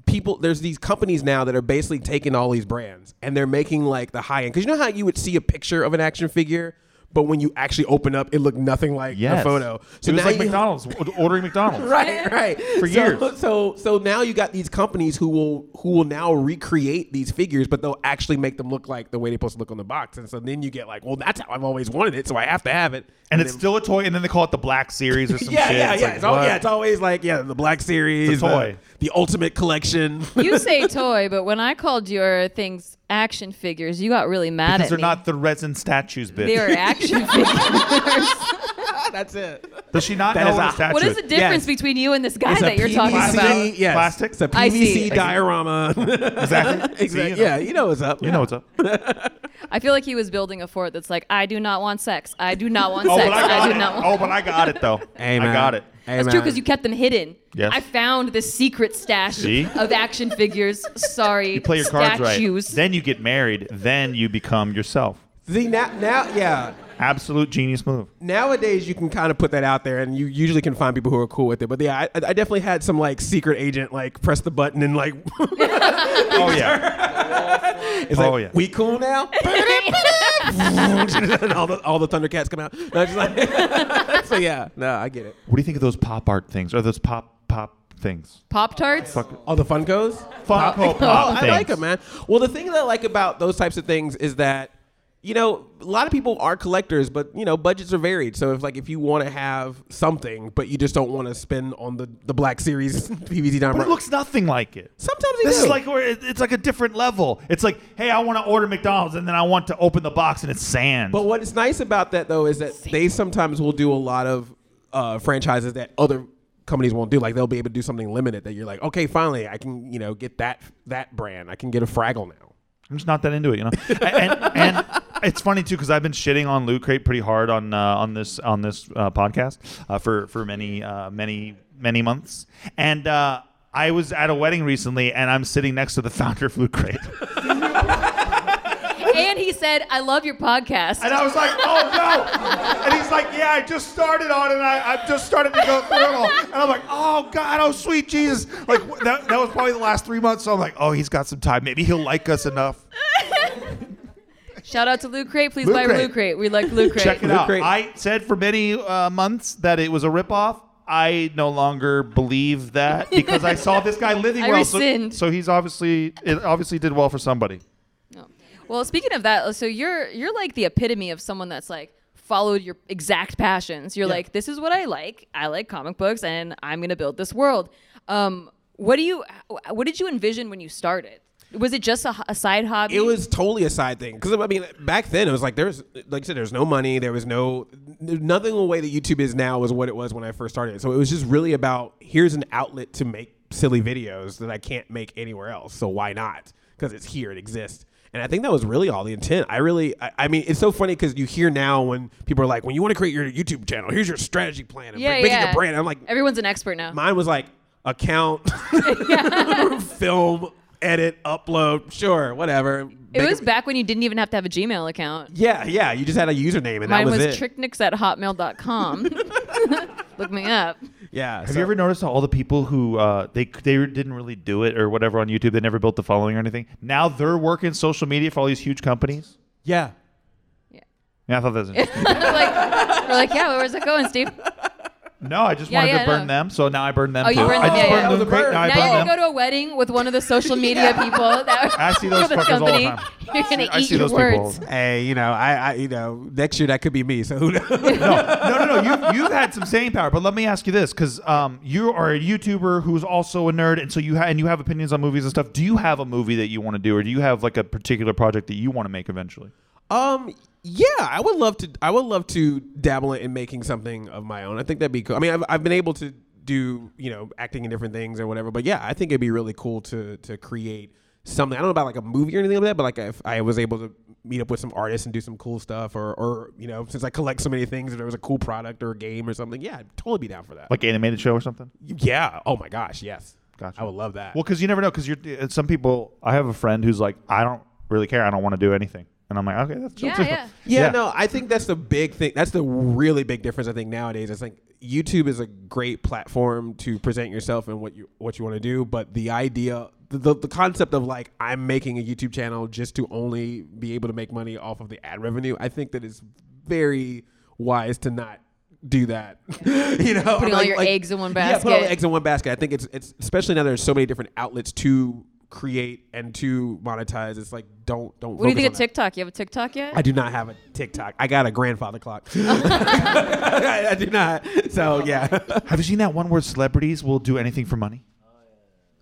[SPEAKER 1] people. There's these companies now that are basically taking all these brands and they're making like the high end. Because you know how you would see a picture of an action figure, but when you actually open up, it looked nothing like
[SPEAKER 3] yes.
[SPEAKER 1] a photo.
[SPEAKER 3] it was
[SPEAKER 1] now
[SPEAKER 3] like
[SPEAKER 1] you-
[SPEAKER 3] McDonald's w- ordering McDonald's.
[SPEAKER 1] right right
[SPEAKER 3] For
[SPEAKER 1] so,
[SPEAKER 3] years.
[SPEAKER 1] so so now you got these companies who will who will now recreate these figures but they'll actually make them look like the way they're supposed to look on the box and so then you get like well that's how i've always wanted it so i have to have it
[SPEAKER 3] And it's still a toy, and then they call it the Black Series or some
[SPEAKER 1] yeah,
[SPEAKER 3] shit.
[SPEAKER 1] yeah,
[SPEAKER 3] It's
[SPEAKER 1] yeah.
[SPEAKER 3] like,
[SPEAKER 1] It's all,
[SPEAKER 3] what?
[SPEAKER 1] yeah. It's always like, yeah, the Black Series,
[SPEAKER 3] It's a toy.
[SPEAKER 1] The, the Ultimate Collection.
[SPEAKER 2] You say toy, but when I called your things action figures, you got really mad
[SPEAKER 3] because
[SPEAKER 2] at
[SPEAKER 3] they're
[SPEAKER 2] me.
[SPEAKER 3] not the resin statues, bitch.
[SPEAKER 2] they are action figures.
[SPEAKER 1] Ah, that's it.
[SPEAKER 3] Does she not
[SPEAKER 1] That
[SPEAKER 3] know
[SPEAKER 1] is
[SPEAKER 3] what
[SPEAKER 1] a-
[SPEAKER 3] a statue
[SPEAKER 2] what is
[SPEAKER 3] is?
[SPEAKER 2] the difference
[SPEAKER 1] Yes.
[SPEAKER 2] between you and this guy that you're talking
[SPEAKER 3] PVC.
[SPEAKER 2] about?
[SPEAKER 1] Yes.
[SPEAKER 3] Plastic?
[SPEAKER 1] It's a
[SPEAKER 2] I see.
[SPEAKER 1] PVC diorama.
[SPEAKER 3] Exactly.
[SPEAKER 1] exactly. Yeah, you know what's up.
[SPEAKER 3] You know what's up.
[SPEAKER 2] I feel like he was building a fort that's like, I do not want sex. I do not want
[SPEAKER 3] Oh,
[SPEAKER 2] sex.
[SPEAKER 3] but I got
[SPEAKER 2] do
[SPEAKER 3] it.
[SPEAKER 2] not want
[SPEAKER 3] Oh, but I got it though.
[SPEAKER 1] Hey,
[SPEAKER 3] I
[SPEAKER 1] man.
[SPEAKER 3] got it.
[SPEAKER 1] Hey,
[SPEAKER 2] That's
[SPEAKER 1] man.
[SPEAKER 2] true because you kept them hidden.
[SPEAKER 3] Yes.
[SPEAKER 2] I found this secret stash
[SPEAKER 3] See?
[SPEAKER 2] of action figures. Sorry,
[SPEAKER 3] You play your cards
[SPEAKER 2] statues.
[SPEAKER 3] right. Then you get married. Then you become yourself.
[SPEAKER 1] See, now, now, yeah.
[SPEAKER 3] Absolute genius move.
[SPEAKER 1] nowadays you can kind of put that out there and you usually can find people who are cool with it but yeah i, I definitely had some like secret agent like press the button and like
[SPEAKER 3] Oh yeah.
[SPEAKER 1] it's like
[SPEAKER 3] Oh, yeah.
[SPEAKER 1] we cool now and all the, all the thundercats come out No, it's like- so yeah no i get it
[SPEAKER 3] What do you think of those pop art things or those pop pop things?
[SPEAKER 2] Pop tarts.
[SPEAKER 1] all the funkos
[SPEAKER 3] Pop, pop,
[SPEAKER 1] Oh, I like them, man. Well, the thing that I like about those types of things is that you know a lot of people are collectors, but you know budgets are varied. So if like if you want to have something, but you just don't want to spend on the the Black Series PVC down,
[SPEAKER 3] But it looks nothing like it.
[SPEAKER 1] sometimes they
[SPEAKER 3] This
[SPEAKER 1] do.
[SPEAKER 3] is like where it- it's like a different level. It's like, hey, I want to order McDonald's, and then I want to open the box, and it's sand.
[SPEAKER 1] But what's nice about that though is that they sometimes will do a lot of uh, franchises that other companies won't do. Like they'll be able to do something limited that you're like, okay, finally, I can you know get that that brand. I can get a Fraggle now.
[SPEAKER 3] I'm just not that into it, you know. and, and it's funny too because I've been shitting on Loot Crate pretty hard on uh, on this on this uh, podcast uh, for for many uh, many many months. And uh, I was at a wedding recently, and I'm sitting next to the founder of Loot Crate,
[SPEAKER 2] and he said, "I love your podcast."
[SPEAKER 3] and I was like, "Oh no!" And he's like, "Yeah, I just started on, it, and I, I just started to go through it all." And I'm like, "Oh God, oh sweet Jesus!" Like wh- that, that was probably the last three months. So I'm like, "Oh, he's got some time. Maybe he'll like us enough."
[SPEAKER 2] Shout out to Loot Crate. Please
[SPEAKER 3] Loot
[SPEAKER 2] buy
[SPEAKER 3] Crate.
[SPEAKER 2] Loot Crate. We like Loot Crate.
[SPEAKER 3] Check it
[SPEAKER 1] Loot
[SPEAKER 3] out.
[SPEAKER 1] Crate.
[SPEAKER 3] I said for many uh, months that it was a ripoff. I no longer believe that because I saw this guy living
[SPEAKER 2] I
[SPEAKER 3] well. so-
[SPEAKER 2] rescind.
[SPEAKER 3] So, he's obviously it obviously did well for somebody.
[SPEAKER 2] No. Oh. Well, speaking of that, uh, so you're you're like the epitome of someone that's like followed your exact passions. You're like, this is what I like. I like comic books, and I'm gonna build this world. Um, what do you? What did you envision when you started? Was it just a, h- a side hobby?
[SPEAKER 1] It was totally a side thing because I mean, back then it was like there's, like I said, there's no money, there was no nothing. The way that YouTube is now was what it was when I first started. So it was just really about here's an outlet to make silly videos that I can't make anywhere else. So why not? Because it's here, it exists. And I think that was really all the intent. I really, I, I mean, it's so funny because you hear now when people are like, when you want to create your YouTube channel, here's your strategy plan. And
[SPEAKER 2] yeah,
[SPEAKER 1] making
[SPEAKER 2] yeah.
[SPEAKER 1] a brand. I'm like,
[SPEAKER 2] everyone's an expert now.
[SPEAKER 1] Mine was like account, film, edit, upload, sure, whatever.
[SPEAKER 2] it
[SPEAKER 1] Make
[SPEAKER 2] was back when you didn't even have to have a Gmail account.
[SPEAKER 1] Yeah, yeah. You just had a username and that
[SPEAKER 2] Mine
[SPEAKER 1] was,
[SPEAKER 2] was,
[SPEAKER 1] it.
[SPEAKER 2] tricknicks at hotmail.com. Look me up.
[SPEAKER 1] Yeah.
[SPEAKER 3] Have you ever noticed how all the people who uh, they they didn't really do it or whatever on YouTube, they never built the following or anything. Now they're working social media for all these huge companies.
[SPEAKER 1] Yeah.
[SPEAKER 3] Yeah, I thought that was interesting.
[SPEAKER 2] like, we're like, yeah, where's it going, Steve?
[SPEAKER 3] no, I just
[SPEAKER 2] Yeah,
[SPEAKER 3] wanted
[SPEAKER 2] yeah,
[SPEAKER 3] to burn
[SPEAKER 2] no.
[SPEAKER 3] them, so now I burn them
[SPEAKER 2] Oh,
[SPEAKER 3] too.
[SPEAKER 2] you burned
[SPEAKER 3] I
[SPEAKER 2] them,
[SPEAKER 3] just
[SPEAKER 2] yeah, yeah.
[SPEAKER 3] burned
[SPEAKER 1] Oh,
[SPEAKER 3] them.
[SPEAKER 1] the
[SPEAKER 3] Great,
[SPEAKER 1] burn.
[SPEAKER 3] now I
[SPEAKER 2] now
[SPEAKER 3] burn
[SPEAKER 2] you're
[SPEAKER 3] them.
[SPEAKER 2] gonna go to a wedding with one of the social media people that
[SPEAKER 3] I see those
[SPEAKER 2] for this
[SPEAKER 3] fuckers all the
[SPEAKER 2] company.
[SPEAKER 3] time.
[SPEAKER 2] You're gonna
[SPEAKER 3] I
[SPEAKER 2] eat
[SPEAKER 3] see
[SPEAKER 2] your
[SPEAKER 3] those people all
[SPEAKER 2] words.
[SPEAKER 3] the
[SPEAKER 1] Hey, you know, I, I, you know, next year that could be me. So who knows?
[SPEAKER 3] no, no, no. You've, you've had some staying power, but let me ask you this, because um, you are a YouTuber who's also a nerd, and so you ha- and you have opinions on movies and stuff. Do you have a movie that you want to do, or do you have like a particular project that you want to make eventually?
[SPEAKER 1] Um. Yeah, I would love to. I would love to dabble in making something of my own. I think that'd be cool. I mean, I've, I've been able to do you know acting in different things or whatever. But yeah, I think it'd be really cool to to create something. I don't know about like a movie or anything like that, but like if I was able to meet up with some artists and do some cool stuff, or or you know, since I collect so many things, if there was a cool product or a game or something, yeah, I'd totally be down for that.
[SPEAKER 3] Like animated show or something?
[SPEAKER 1] yeah. Oh my gosh, yes.
[SPEAKER 3] Gotcha.
[SPEAKER 1] I would love that.
[SPEAKER 3] Well, because you never know. Because you're uh, some people. I have a friend who's like, I don't really care. I don't want to do anything, and I'm like, okay, that's cool.
[SPEAKER 2] Yeah,
[SPEAKER 3] too."
[SPEAKER 2] yeah.
[SPEAKER 1] Yeah, no, I think that's the big thing. That's the really big difference I think nowadays. It's like YouTube is a great platform to present yourself and what you what you want to do, but the idea the, the, the concept of like I'm making a YouTube channel just to only be able to make money off of the ad revenue, I think that it's very wise to not do that. you know,
[SPEAKER 2] Putting all your eggs in one
[SPEAKER 1] Yeah, put all
[SPEAKER 2] basket.
[SPEAKER 1] the eggs in one basket. I think it's it's especially now there's so many different outlets to create and to monetize. It's like don't don't
[SPEAKER 2] What do you think
[SPEAKER 1] focus on
[SPEAKER 2] of
[SPEAKER 1] that.
[SPEAKER 2] TikTok? You have a TikTok yet?
[SPEAKER 1] I do not have a TikTok. I got a grandfather clock. I, I do not. So yeah,
[SPEAKER 3] Have you seen that one where celebrities will do anything for money?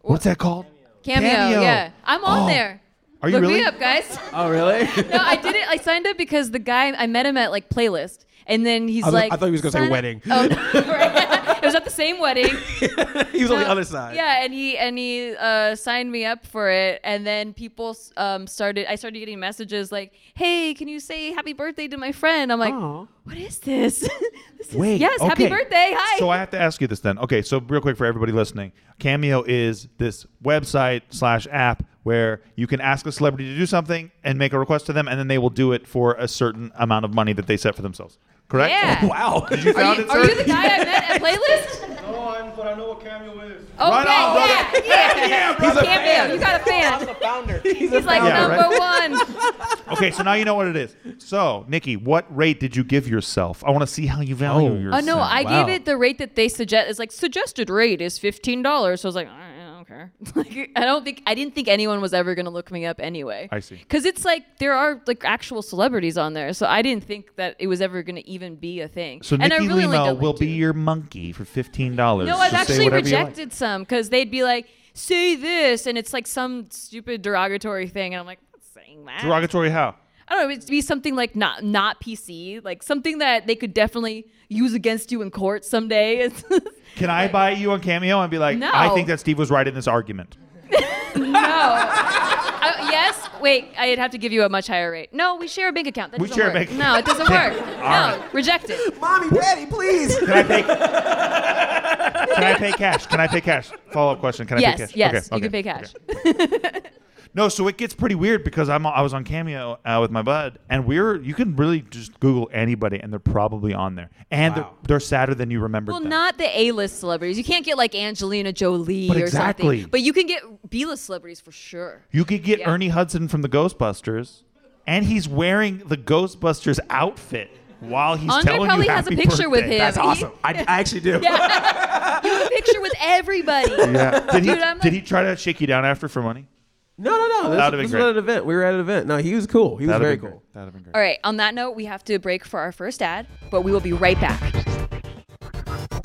[SPEAKER 3] What's that called?
[SPEAKER 2] Cameo,
[SPEAKER 3] Cameo.
[SPEAKER 2] yeah. I'm on
[SPEAKER 3] Oh.
[SPEAKER 2] there.
[SPEAKER 3] Are you
[SPEAKER 2] Look
[SPEAKER 3] really?
[SPEAKER 2] me up, guys.
[SPEAKER 1] oh really?
[SPEAKER 2] No, I did it. I signed up because the guy I met him at like playlist, and then he's
[SPEAKER 1] I was-
[SPEAKER 2] like,
[SPEAKER 1] I thought he was gonna say
[SPEAKER 2] "Sign up."
[SPEAKER 1] wedding.
[SPEAKER 2] Oh, right. it was at the same wedding.
[SPEAKER 1] he was on the
[SPEAKER 2] No,
[SPEAKER 1] other side.
[SPEAKER 2] Yeah, and he and he uh, signed me up for it, and then people um, started. I started getting messages like, "Hey, can you say happy birthday to my friend?" I'm like,
[SPEAKER 1] Aw.
[SPEAKER 2] "What is this? This is-
[SPEAKER 3] Wait.
[SPEAKER 2] yes, happy
[SPEAKER 3] okay.
[SPEAKER 2] birthday, hi."
[SPEAKER 3] So I have to ask you this then. Okay, so real quick for everybody listening, Cameo is this website slash app where you can ask a celebrity to do something and make a request to them, and then they will do it for a certain amount of money that they set for themselves. Correct?
[SPEAKER 2] Yeah.
[SPEAKER 1] Wow.
[SPEAKER 2] are
[SPEAKER 3] found
[SPEAKER 2] you,
[SPEAKER 3] it,
[SPEAKER 2] are
[SPEAKER 3] sir?
[SPEAKER 2] you the guy I met at playlist?
[SPEAKER 4] No, Oh, I'm, but I know what Cameo is.
[SPEAKER 2] Okay,
[SPEAKER 3] Right on,
[SPEAKER 2] yeah, yeah,
[SPEAKER 1] He's a
[SPEAKER 2] Cameo, you got a fan.
[SPEAKER 4] The founder.
[SPEAKER 2] He's like
[SPEAKER 3] Yeah,
[SPEAKER 2] number one.
[SPEAKER 3] Okay, so now you know what it is. So, Nikki, what rate did you give yourself? I want to see how you value
[SPEAKER 1] Oh. Oh,
[SPEAKER 2] Oh
[SPEAKER 3] yourself.
[SPEAKER 2] no, I
[SPEAKER 3] Wow.
[SPEAKER 2] gave it the rate that they suggest. It's like suggested rate is fifteen dollars. So I was like, "All right, I don't care. like, I don't think I didn't think anyone was ever gonna look me up anyway.
[SPEAKER 3] I see.
[SPEAKER 2] Because it's like there are like actual celebrities on there, so I didn't think that it was ever gonna even be a thing.
[SPEAKER 3] So
[SPEAKER 2] and I
[SPEAKER 3] Nikki
[SPEAKER 2] really only
[SPEAKER 3] Limo
[SPEAKER 2] did, like,
[SPEAKER 3] will be
[SPEAKER 2] two.
[SPEAKER 3] your monkey for fifteen dollars.
[SPEAKER 2] No, I've actually rejected some because they'd be like, say this, and it's like some stupid derogatory thing, and I'm like, "I'm not saying that.
[SPEAKER 3] Derogatory how?
[SPEAKER 2] I don't know, it'd be something like not not PC, like something that they could definitely use against you in court someday. It's-
[SPEAKER 3] Can I buy you on Cameo and be like,
[SPEAKER 2] No.
[SPEAKER 3] I think that Steve was right in this argument?
[SPEAKER 2] no. I- yes. Wait, I'd have to give you a much higher rate. No, we share a bank account. That
[SPEAKER 3] We
[SPEAKER 2] doesn't
[SPEAKER 3] share a
[SPEAKER 2] work.
[SPEAKER 3] bank-
[SPEAKER 2] No, it doesn't work. no,
[SPEAKER 3] right.
[SPEAKER 2] reject it.
[SPEAKER 1] Mommy, daddy, please.
[SPEAKER 3] Can I pay? Can I pay cash? Can I pay cash? Follow up question. Can I pay
[SPEAKER 2] Yes,
[SPEAKER 3] cash?
[SPEAKER 2] yes,
[SPEAKER 3] Okay,
[SPEAKER 2] you
[SPEAKER 3] okay,
[SPEAKER 2] can pay cash.
[SPEAKER 3] okay. No, so it gets pretty weird because I'm I was on Cameo uh, with my bud, and we're you can really just Google anybody, and they're probably on there, and
[SPEAKER 1] Wow.
[SPEAKER 3] they're, they're sadder than you remember.
[SPEAKER 2] Well, not the A-list celebrities. You can't get like Angelina Jolie
[SPEAKER 3] But
[SPEAKER 2] or
[SPEAKER 3] exactly.
[SPEAKER 2] something. But you can get B-list celebrities for sure.
[SPEAKER 3] You could get
[SPEAKER 2] Yeah.
[SPEAKER 3] Ernie Hudson from the Ghostbusters, and he's wearing the Ghostbusters outfit while he's
[SPEAKER 2] Andre
[SPEAKER 3] telling
[SPEAKER 2] probably
[SPEAKER 3] you
[SPEAKER 2] has a
[SPEAKER 3] happy
[SPEAKER 2] picture with
[SPEAKER 3] birthday.
[SPEAKER 2] him.
[SPEAKER 1] That's awesome. I, I actually do.
[SPEAKER 2] Picture with everybody.
[SPEAKER 3] Yeah. Did he
[SPEAKER 2] Dude, I'm
[SPEAKER 3] did
[SPEAKER 2] like-
[SPEAKER 3] he try to shake you down after for money?
[SPEAKER 1] No, no, no. This,
[SPEAKER 3] That'd've been
[SPEAKER 1] this
[SPEAKER 3] great.
[SPEAKER 1] was at an event. We were at an event. No, he was cool. He was
[SPEAKER 3] That'd
[SPEAKER 1] very
[SPEAKER 3] have been
[SPEAKER 1] cool.
[SPEAKER 3] great. That'd have been
[SPEAKER 2] All
[SPEAKER 3] great.
[SPEAKER 2] right, on that note, we have to break for our first ad, but we will be right back.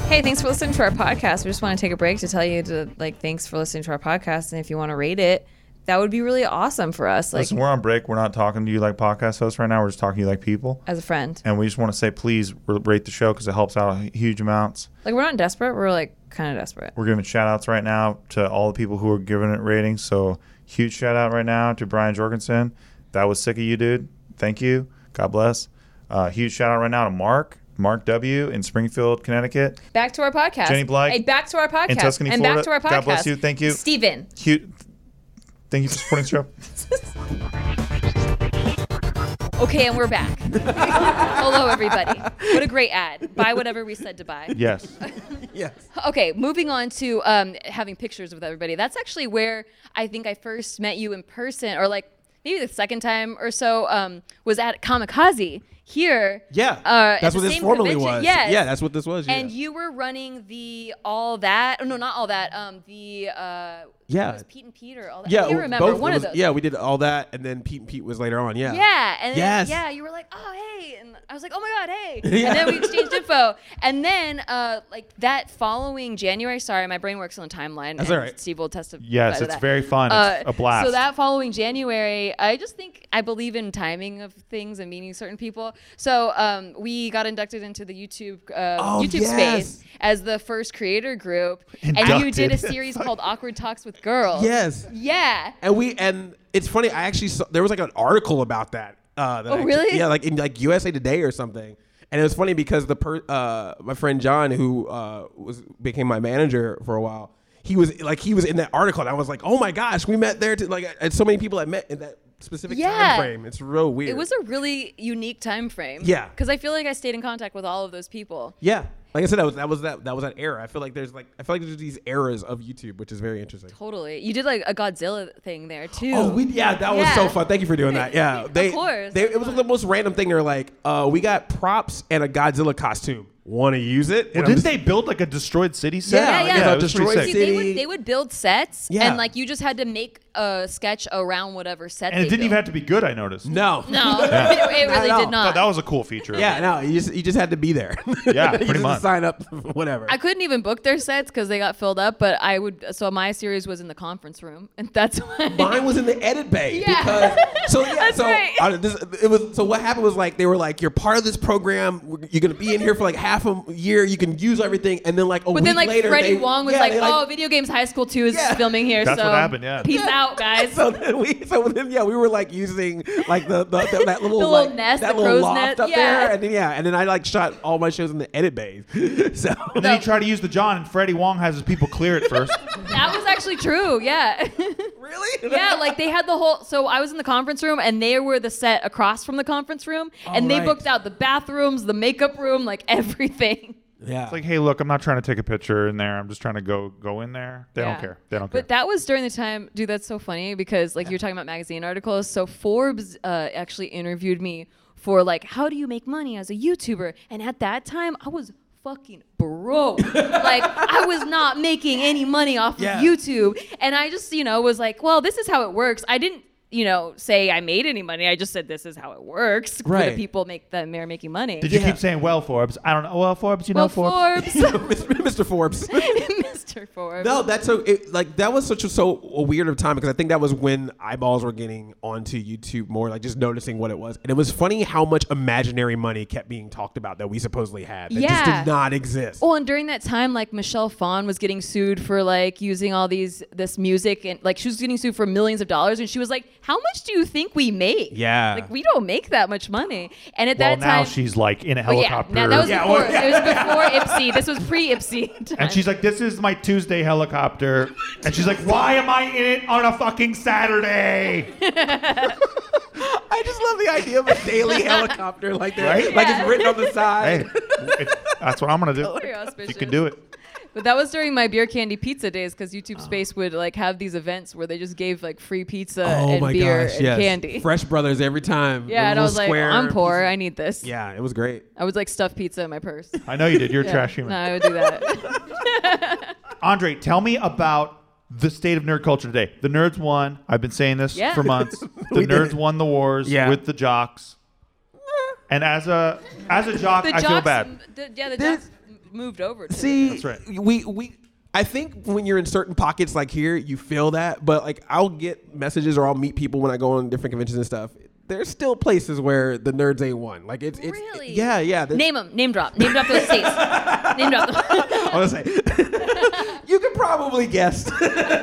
[SPEAKER 5] Hey, thanks for listening to our podcast. We just want to take a break to tell you to like thanks for listening to our podcast and if you want to rate it, that would be really awesome for us like
[SPEAKER 6] Listen, we're on break. We're not talking to you like podcast hosts right now. We're just talking to you like people.
[SPEAKER 5] as a friend.
[SPEAKER 6] And we just want to say, please r- rate the show because it helps out huge amounts.
[SPEAKER 5] Like we're not desperate, we're like kind of desperate.
[SPEAKER 6] We're giving shout outs right now to all the people who are giving it ratings. So, huge shout out right now to Brian Jorgensen. That was sick of you, dude. Thank you. God bless. Uh, huge shout out right now to Mark, Mark W. in Springfield, Connecticut.
[SPEAKER 5] Back to our podcast.
[SPEAKER 6] Jenny Blythe
[SPEAKER 5] Hey, back to our podcast.
[SPEAKER 6] in Tuscany,
[SPEAKER 5] and
[SPEAKER 6] Florida.
[SPEAKER 5] back to our podcast.
[SPEAKER 6] God bless you. Thank you.
[SPEAKER 5] Steven.
[SPEAKER 6] Huge. Thank you for supporting the show.
[SPEAKER 2] Okay, and we're back. Hello, everybody. What a great ad. Buy whatever we said to buy.
[SPEAKER 3] Yes.
[SPEAKER 1] Yes.
[SPEAKER 2] Okay, moving on to um, having pictures with everybody. That's actually where I think I first met you in person, or like maybe the second time or so, um, was at Kamikaze here.
[SPEAKER 1] Yeah.
[SPEAKER 2] Uh,
[SPEAKER 1] that's what this formerly was.
[SPEAKER 2] Yeah.
[SPEAKER 1] Yeah, that's what this was.
[SPEAKER 2] And
[SPEAKER 1] yeah.
[SPEAKER 2] you were running the all that, oh, no, not all that. Um, the uh,
[SPEAKER 1] Yeah.
[SPEAKER 2] it was Pete and Peter. All that.
[SPEAKER 1] yeah,
[SPEAKER 2] I can't
[SPEAKER 1] well,
[SPEAKER 2] remember
[SPEAKER 1] both-
[SPEAKER 2] one
[SPEAKER 1] it
[SPEAKER 2] of
[SPEAKER 1] was-
[SPEAKER 2] those.
[SPEAKER 1] Yeah, we did all that, and then Pete and Pete was later on. Yeah.
[SPEAKER 2] Yeah, and then-
[SPEAKER 1] Yes.
[SPEAKER 2] yeah, you were like, oh hey, and I was like, oh my god, hey,
[SPEAKER 1] Yeah.
[SPEAKER 2] and then we exchanged info, and then uh, like that following January. Sorry, my brain works on a timeline.
[SPEAKER 1] That's
[SPEAKER 2] and
[SPEAKER 1] all right.
[SPEAKER 2] Steve will testify.
[SPEAKER 3] Yes,
[SPEAKER 2] to
[SPEAKER 3] it's
[SPEAKER 2] that. Uh,
[SPEAKER 3] very fun. It's a blast.
[SPEAKER 2] So that following January, I just think I believe in timing of things and meeting certain people. So um, we got inducted into the YouTube uh,
[SPEAKER 1] Oh,
[SPEAKER 2] YouTube
[SPEAKER 1] yes.
[SPEAKER 2] space as the first creator group, and you
[SPEAKER 3] Inducted.
[SPEAKER 2] did a series called Awkward Talks with Girls.
[SPEAKER 1] Yes.
[SPEAKER 2] Yeah.
[SPEAKER 1] And we and it's funny. I actually saw, there was like an article about that. Uh, that
[SPEAKER 2] Oh,
[SPEAKER 1] I actu-
[SPEAKER 2] really?
[SPEAKER 1] Yeah, like in like USA Today or something. And it was funny because the per, uh, my friend John, who uh, was became my manager for a while, he was like he was in that article, and I was like, oh my gosh, we met there. To, like, I- I, so many people I met in that specific
[SPEAKER 2] Yeah.
[SPEAKER 1] time frame. It's real weird.
[SPEAKER 2] It was a really unique time frame.
[SPEAKER 1] Yeah.
[SPEAKER 2] Because I feel like I stayed in contact with all of those people.
[SPEAKER 1] yeah. Like I said, that was that was that that was that era. I feel like there's like I feel like there's these eras of YouTube, which is very interesting.
[SPEAKER 2] Totally. You did like a Godzilla thing there too.
[SPEAKER 1] Oh, we, yeah, that was so
[SPEAKER 2] Yeah.
[SPEAKER 1] fun. Thank you for doing that. Yeah, they,
[SPEAKER 2] course.
[SPEAKER 1] They, it was the most random thing. They're like, uh, we got props and a Godzilla costume. Want to use it? And
[SPEAKER 3] well,
[SPEAKER 1] I'm just-
[SPEAKER 3] didn't they build like a destroyed city
[SPEAKER 1] Yeah,
[SPEAKER 3] set?
[SPEAKER 2] yeah.
[SPEAKER 3] it was pretty
[SPEAKER 1] Destroyed
[SPEAKER 3] sick.
[SPEAKER 2] See,
[SPEAKER 1] city.
[SPEAKER 2] they, would, they would build sets
[SPEAKER 1] Yeah.
[SPEAKER 2] and like you just had to make a sketch around whatever set
[SPEAKER 3] And it
[SPEAKER 2] they
[SPEAKER 3] didn't even
[SPEAKER 2] built.
[SPEAKER 3] have to be good, I noticed.
[SPEAKER 1] No.
[SPEAKER 2] no it, it
[SPEAKER 1] Not
[SPEAKER 2] really
[SPEAKER 1] at all.
[SPEAKER 2] did
[SPEAKER 3] Oh,
[SPEAKER 2] not
[SPEAKER 3] that was a cool feature.
[SPEAKER 1] Yeah, no. You just you just had to be there.
[SPEAKER 3] Yeah,
[SPEAKER 1] You
[SPEAKER 3] pretty
[SPEAKER 1] just
[SPEAKER 3] much.
[SPEAKER 1] Sign up, whatever.
[SPEAKER 2] I couldn't even book their sets because they got filled up but I would so my series was in the conference room and that's why
[SPEAKER 1] Mine was in the edit bay
[SPEAKER 2] Yeah.
[SPEAKER 1] because so yeah
[SPEAKER 2] That's
[SPEAKER 1] so
[SPEAKER 2] right.
[SPEAKER 1] uh, this, it was so what happened was like they were like you're part of this program you're gonna be in here for like half a year you can use everything and then like a
[SPEAKER 2] but
[SPEAKER 1] week
[SPEAKER 2] then like
[SPEAKER 1] later
[SPEAKER 2] Freddie
[SPEAKER 1] they-
[SPEAKER 2] Wong was
[SPEAKER 1] yeah,
[SPEAKER 2] like
[SPEAKER 1] they,
[SPEAKER 2] oh video games high school 2 is
[SPEAKER 1] Yeah.
[SPEAKER 2] filming here
[SPEAKER 3] That's
[SPEAKER 2] so
[SPEAKER 3] what happened, yeah.
[SPEAKER 2] peace out guys
[SPEAKER 1] So then we, so then yeah, we were like using like the, the, the- that little
[SPEAKER 2] The little
[SPEAKER 1] like,
[SPEAKER 2] nest,
[SPEAKER 1] that
[SPEAKER 2] the
[SPEAKER 1] little
[SPEAKER 2] crow's
[SPEAKER 1] loft
[SPEAKER 2] nest,
[SPEAKER 1] up
[SPEAKER 2] yeah.
[SPEAKER 1] there, and then yeah, and then I like shot all my shows in the edit bays. So
[SPEAKER 3] And then he tried to use the John, and Freddie Wong has his people clear it first.
[SPEAKER 2] that was actually true yeah
[SPEAKER 1] really,
[SPEAKER 2] Yeah, like they had the whole. So I was in the conference room, and they were the set across from the conference room, and they
[SPEAKER 1] right.
[SPEAKER 2] booked out the bathrooms, the makeup room, like everything.
[SPEAKER 1] yeah,
[SPEAKER 3] It's like, hey, look, I'm not trying to take a picture in there. I'm just trying to go go in there. They
[SPEAKER 2] Yeah.
[SPEAKER 3] don't care. They don't care.
[SPEAKER 2] But that was during the time, dude. That's so funny because like you're talking about magazine articles. So Forbes uh, actually interviewed me for like how do you make money as a YouTuber, and at that time I was fucking broke. like I was not making any money off
[SPEAKER 1] Yeah.
[SPEAKER 2] of YouTube, and I just you know was like, well, this is how it works. I didn't you know say I made any money. I just said this is how it works. for
[SPEAKER 1] Right.
[SPEAKER 2] The people make them they're making money.
[SPEAKER 3] Did you
[SPEAKER 1] Yeah.
[SPEAKER 3] keep saying, well, Forbes? I don't know. Well, Forbes, you
[SPEAKER 2] well,
[SPEAKER 3] know Forbes.
[SPEAKER 2] Forbes,
[SPEAKER 1] Mr. Forbes.
[SPEAKER 2] Mr. Forbes.
[SPEAKER 1] No, that's so it, like that was such a so a weird of time because I think that was when eyeballs were getting onto YouTube more, like just noticing what it was, and it was funny how much imaginary money kept being talked about that we supposedly had that just
[SPEAKER 2] Yeah.
[SPEAKER 1] did not exist.
[SPEAKER 2] Well, and during that time, like Michelle Phan was getting sued for like using all these this music and like she was getting sued for millions of dollars, and she was like, "How much do you think we make?
[SPEAKER 1] Yeah.
[SPEAKER 2] like we don't make that much money." And at
[SPEAKER 3] Well,
[SPEAKER 2] that
[SPEAKER 3] now
[SPEAKER 2] time,
[SPEAKER 3] she's like in a
[SPEAKER 2] Well,
[SPEAKER 3] helicopter.
[SPEAKER 2] Yeah, now that was
[SPEAKER 1] Yeah,
[SPEAKER 2] before.
[SPEAKER 1] well, yeah.
[SPEAKER 2] It was before Ipsy. This was pre Ipsy.
[SPEAKER 3] and she's like, this is my Tuesday helicopter. and she's like, why am I in it on a fucking Saturday?
[SPEAKER 1] I just love the idea of a daily helicopter like that,
[SPEAKER 3] Right?
[SPEAKER 1] like it's written on the
[SPEAKER 3] hey,
[SPEAKER 1] side.
[SPEAKER 3] if- that's what I'm going to do.
[SPEAKER 2] Very
[SPEAKER 3] If
[SPEAKER 2] auspicious.
[SPEAKER 3] You can do it. Uh-huh.
[SPEAKER 2] But that was during my beer candy pizza days because YouTube Space would like have these events where they just gave like free pizza
[SPEAKER 3] Oh
[SPEAKER 1] Oh
[SPEAKER 2] and beer and candy.
[SPEAKER 1] Fresh Brothers every time.
[SPEAKER 2] yeah,
[SPEAKER 1] The
[SPEAKER 2] and
[SPEAKER 1] little
[SPEAKER 2] I was like,
[SPEAKER 1] square
[SPEAKER 2] I'm poor.
[SPEAKER 1] piece
[SPEAKER 2] I need this.
[SPEAKER 1] of- Yeah, it was great.
[SPEAKER 2] I would like stuff pizza in my purse.
[SPEAKER 3] I know you did. You're a
[SPEAKER 2] Yeah.
[SPEAKER 3] trash human.
[SPEAKER 2] No, I would do that.
[SPEAKER 3] Andre, tell me about the state of nerd culture today. The nerds won. I've been saying this
[SPEAKER 2] Yeah.
[SPEAKER 3] for months. The
[SPEAKER 1] We did
[SPEAKER 3] nerds
[SPEAKER 1] it.
[SPEAKER 3] won the wars
[SPEAKER 1] Yeah.
[SPEAKER 3] with the jocks. And as a as a jock,
[SPEAKER 2] the
[SPEAKER 3] I
[SPEAKER 2] jocks,
[SPEAKER 3] feel bad.
[SPEAKER 2] m- The, yeah, the
[SPEAKER 1] There's-
[SPEAKER 2] jocks m- moved over. To
[SPEAKER 1] See,
[SPEAKER 3] That's right.
[SPEAKER 1] We we. I think when you're in certain pockets like here, you feel that. But like, I'll get messages or I'll meet people when I go on different conventions and stuff. There's still places where the nerds ain't won. Like it's, it's
[SPEAKER 2] Really?
[SPEAKER 1] yeah, yeah.
[SPEAKER 2] it.
[SPEAKER 1] There's-
[SPEAKER 2] name them, name drop, name drop those states, name drop them.
[SPEAKER 1] I was gonna say, you can probably guess.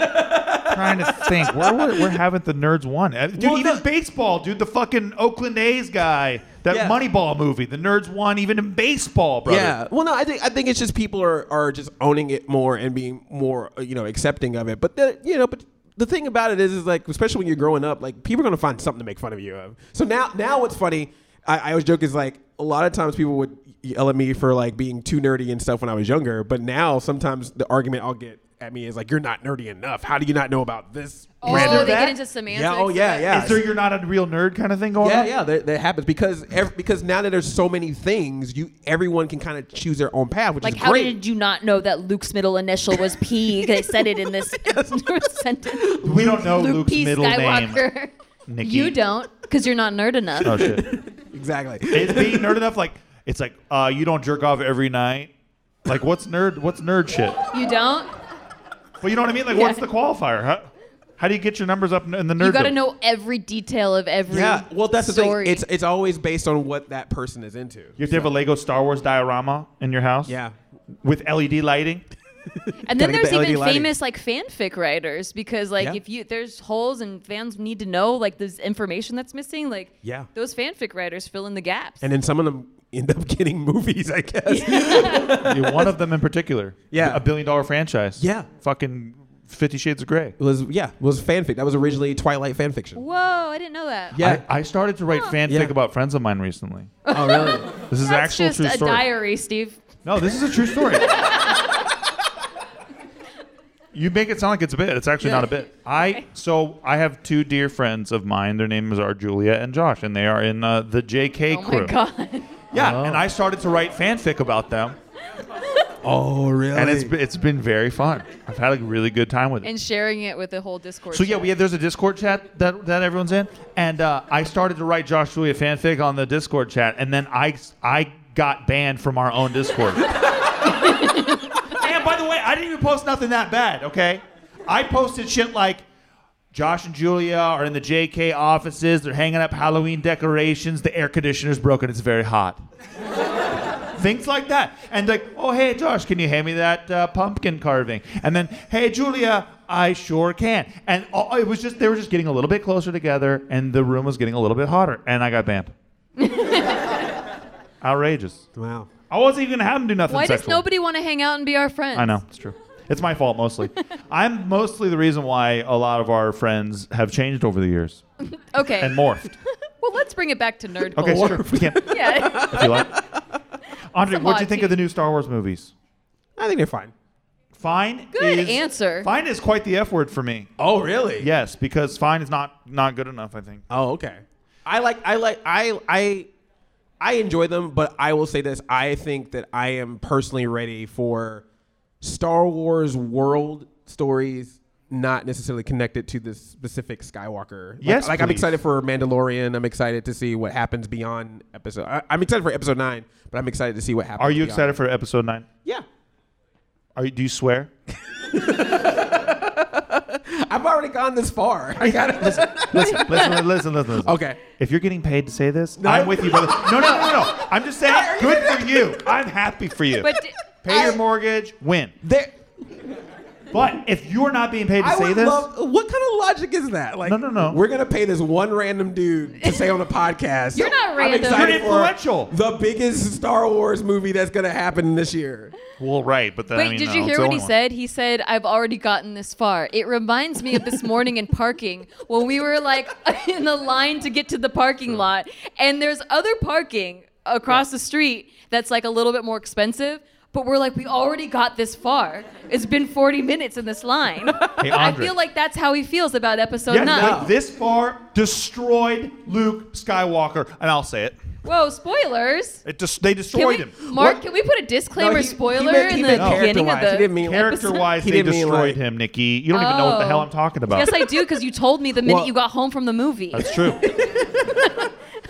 [SPEAKER 3] trying to think. Where, where, where haven't the nerds won? Uh, Dude,
[SPEAKER 1] Well,
[SPEAKER 3] even
[SPEAKER 1] the-
[SPEAKER 3] baseball, dude. The fucking Oakland A's guy. That
[SPEAKER 1] Yeah.
[SPEAKER 3] Moneyball movie. The nerds won even in baseball, brother.
[SPEAKER 1] Yeah. Well, no, I think I think it's just people are are just owning it more and being more uh, you know accepting of it. But the, you know, but the thing about it is, is like, especially when you're growing up, like people are gonna find something to make fun of you of. So now, now what's funny? I, I always joke is like a lot of times people would yell at me for like being too nerdy and stuff when I was younger, but now sometimes the argument I'll get at me is like, "You're not nerdy enough. How do you not know about this?"
[SPEAKER 2] Oh,
[SPEAKER 1] random
[SPEAKER 2] they get
[SPEAKER 1] fact?"
[SPEAKER 2] into semantics.
[SPEAKER 1] Yeah. Oh, yeah, yeah.
[SPEAKER 3] Is there you're not a real nerd kind of thing going
[SPEAKER 1] Yeah,
[SPEAKER 3] on?
[SPEAKER 1] yeah, that, that happens because ev- because now that there's so many things, you everyone can kind of choose their own path, which
[SPEAKER 2] Like,
[SPEAKER 1] is
[SPEAKER 2] how
[SPEAKER 1] great.
[SPEAKER 2] did you not know that Luke's middle initial was P? They said it in this sentence.
[SPEAKER 3] We don't know
[SPEAKER 2] Luke
[SPEAKER 3] Luke's
[SPEAKER 2] P.
[SPEAKER 3] middle name.
[SPEAKER 2] Skywalker.
[SPEAKER 3] Nikki.
[SPEAKER 2] You don't, because you're not nerd enough.
[SPEAKER 3] Oh shit.
[SPEAKER 1] exactly.
[SPEAKER 3] It's being nerd enough. Like it's like uh, you don't jerk off every night. Like what's nerd? What's nerd shit?
[SPEAKER 2] You don't.
[SPEAKER 3] But you know what I mean. Like what's the qualifier? Huh? How do you get your numbers up in the nerd?
[SPEAKER 2] You got to
[SPEAKER 3] zone?
[SPEAKER 2] know every detail of every.
[SPEAKER 1] yeah. Well, that's the
[SPEAKER 2] story.
[SPEAKER 1] thing. It's it's always based on what that person is into.
[SPEAKER 3] You have to have a Lego Star Wars diorama in your house.
[SPEAKER 1] Yeah.
[SPEAKER 3] With LED lighting.
[SPEAKER 2] and then
[SPEAKER 1] gotta get
[SPEAKER 2] there's
[SPEAKER 1] the
[SPEAKER 3] E
[SPEAKER 1] LED
[SPEAKER 2] even
[SPEAKER 1] lighting.
[SPEAKER 2] famous like fanfic writers because like
[SPEAKER 1] Yeah.
[SPEAKER 2] if you there's holes and fans need to know like this information that's missing like
[SPEAKER 1] Yeah.
[SPEAKER 2] those fanfic writers fill in the gaps.
[SPEAKER 1] And then some of them end up getting movies, I guess.
[SPEAKER 3] Yeah, One of them in particular.
[SPEAKER 1] Yeah.
[SPEAKER 3] A billion dollar franchise.
[SPEAKER 1] Yeah.
[SPEAKER 3] Fucking Fifty Shades of Grey.
[SPEAKER 1] It was yeah, it was fanfic. That was originally Twilight fan fiction.
[SPEAKER 2] Whoa, I didn't know that.
[SPEAKER 1] Yeah.
[SPEAKER 3] I, I started to write fanfic
[SPEAKER 1] Yeah.
[SPEAKER 3] about friends of mine recently.
[SPEAKER 1] oh really?
[SPEAKER 3] This is
[SPEAKER 2] That's
[SPEAKER 3] actual
[SPEAKER 2] just
[SPEAKER 3] true
[SPEAKER 2] a
[SPEAKER 3] story.
[SPEAKER 2] diary, Steve.
[SPEAKER 3] No, this is a true story. you make it sound like it's a bit. It's actually not a bit. I so I have two dear friends of mine. Their names are Julia and Josh, and they are in uh, the JK
[SPEAKER 2] Oh
[SPEAKER 3] crew.
[SPEAKER 2] my god.
[SPEAKER 3] Yeah, and I started to write fanfic about them,
[SPEAKER 1] Oh really?
[SPEAKER 3] and it's it's been very fun. I've had a really good time with it.
[SPEAKER 2] and sharing it with the whole Discord.
[SPEAKER 3] So yeah,
[SPEAKER 2] chat.
[SPEAKER 3] we had there's a Discord chat that that everyone's in, and uh, I started to write Josh Julia fanfic on the Discord chat, and then I I got banned from our own Discord. and by the way, I didn't even post nothing that bad. Okay, I posted shit like. Josh and Julia are in the JK offices. They're hanging up Halloween decorations. The air conditioner's broken. It's very hot. Things like that. And like, oh, hey, Josh, can you hand me that uh, pumpkin carving? And then, hey, Julia, I sure can. And all, it was just, they were just getting a little bit closer together, and the room was getting a little bit hotter, and I got banned. Outrageous.
[SPEAKER 1] wow.
[SPEAKER 3] I wasn't even going to have them do nothing
[SPEAKER 2] Why does
[SPEAKER 3] sexual.
[SPEAKER 2] nobody want to hang out and be our friends?
[SPEAKER 3] I know it's true. It's my fault mostly. I'm mostly the reason why a lot of our friends have changed over the years
[SPEAKER 2] Okay.
[SPEAKER 3] and morphed.
[SPEAKER 2] Well, let's bring it back to nerd
[SPEAKER 3] Okay,
[SPEAKER 2] goals.
[SPEAKER 3] sure. We can,
[SPEAKER 2] Yeah.
[SPEAKER 3] if you like. Andre,
[SPEAKER 2] It's a
[SPEAKER 3] what do you
[SPEAKER 2] mod
[SPEAKER 3] think of the new Star Wars movies?
[SPEAKER 1] I think they're fine.
[SPEAKER 3] Fine.
[SPEAKER 2] Good
[SPEAKER 3] is-
[SPEAKER 2] answer.
[SPEAKER 3] Fine is quite the F word for me.
[SPEAKER 1] Oh really?
[SPEAKER 3] Yes, because fine is not not good enough. I think.
[SPEAKER 1] Oh okay. I like I like I I I enjoy them, but I will say this: I think that I am personally ready for Star Wars world stories. Not necessarily connected to this specific Skywalker. Like,
[SPEAKER 3] Yes,
[SPEAKER 1] like I'm
[SPEAKER 3] please.
[SPEAKER 1] excited for Mandalorian. I'm excited to see what happens beyond episode. I, am excited for episode nine, but I'm excited to see what happens.
[SPEAKER 3] Are you
[SPEAKER 1] beyond.
[SPEAKER 3] excited for episode nine?
[SPEAKER 1] Yeah,
[SPEAKER 3] Are you, do you swear?
[SPEAKER 1] I've already gone this far. I got
[SPEAKER 3] listen, listen, listen, listen, listen, listen.
[SPEAKER 1] Okay.
[SPEAKER 3] If you're getting paid to say this, I'm with you, brother. No, no, no, no, no. I'm just saying, good for you. I'm happy for you.
[SPEAKER 2] But d-
[SPEAKER 3] Pay your mortgage, win.
[SPEAKER 1] There,
[SPEAKER 3] But if you're not being paid to
[SPEAKER 1] I
[SPEAKER 3] say
[SPEAKER 1] would
[SPEAKER 3] this,
[SPEAKER 1] love. What kind of logic is that? Like,
[SPEAKER 3] No, no, no.
[SPEAKER 1] We're gonna pay this one random dude to say on the podcast.
[SPEAKER 2] You're not
[SPEAKER 1] I'm
[SPEAKER 2] random.
[SPEAKER 1] excited
[SPEAKER 3] You're
[SPEAKER 1] for
[SPEAKER 3] influential.
[SPEAKER 1] The biggest Star Wars movie that's gonna happen this year.
[SPEAKER 3] well, right. But then,
[SPEAKER 2] Wait,
[SPEAKER 3] I mean,
[SPEAKER 2] did
[SPEAKER 3] no,
[SPEAKER 2] you
[SPEAKER 3] it's
[SPEAKER 2] hear
[SPEAKER 3] the
[SPEAKER 2] what
[SPEAKER 3] only
[SPEAKER 2] he
[SPEAKER 3] one.
[SPEAKER 2] said? He said, I've already gotten this far. It reminds me of this morning in parking when we were like in the line to get to the parking lot, and there's other parking across the street that's like a little bit more expensive. But we're like, we already got this far. It's been 40 minutes in this line.
[SPEAKER 3] Hey,
[SPEAKER 2] I
[SPEAKER 3] Andre.
[SPEAKER 2] feel like that's how he feels about episode
[SPEAKER 3] Yeah,
[SPEAKER 2] nine.
[SPEAKER 3] like this far destroyed Luke Skywalker, and I'll say it.
[SPEAKER 2] Whoa, spoilers!
[SPEAKER 3] It just they
[SPEAKER 2] Can we,
[SPEAKER 3] destroyed him.
[SPEAKER 2] Mark,
[SPEAKER 1] What?
[SPEAKER 2] can we put a disclaimer
[SPEAKER 1] No, he- he
[SPEAKER 2] spoiler
[SPEAKER 1] meant- he
[SPEAKER 2] in the
[SPEAKER 1] meant
[SPEAKER 2] beginning of
[SPEAKER 1] character-wise. He
[SPEAKER 2] the?
[SPEAKER 1] didn't mean like-
[SPEAKER 3] Character wise,
[SPEAKER 1] He
[SPEAKER 3] they
[SPEAKER 1] didn't mean, like-
[SPEAKER 3] destroyed him, Nikki. You don't even know what the hell
[SPEAKER 2] Oh.
[SPEAKER 3] I'm talking about.
[SPEAKER 2] Yes, I do, because you told me the minute
[SPEAKER 1] Well-
[SPEAKER 2] you got home from the movie.
[SPEAKER 3] That's true. What do you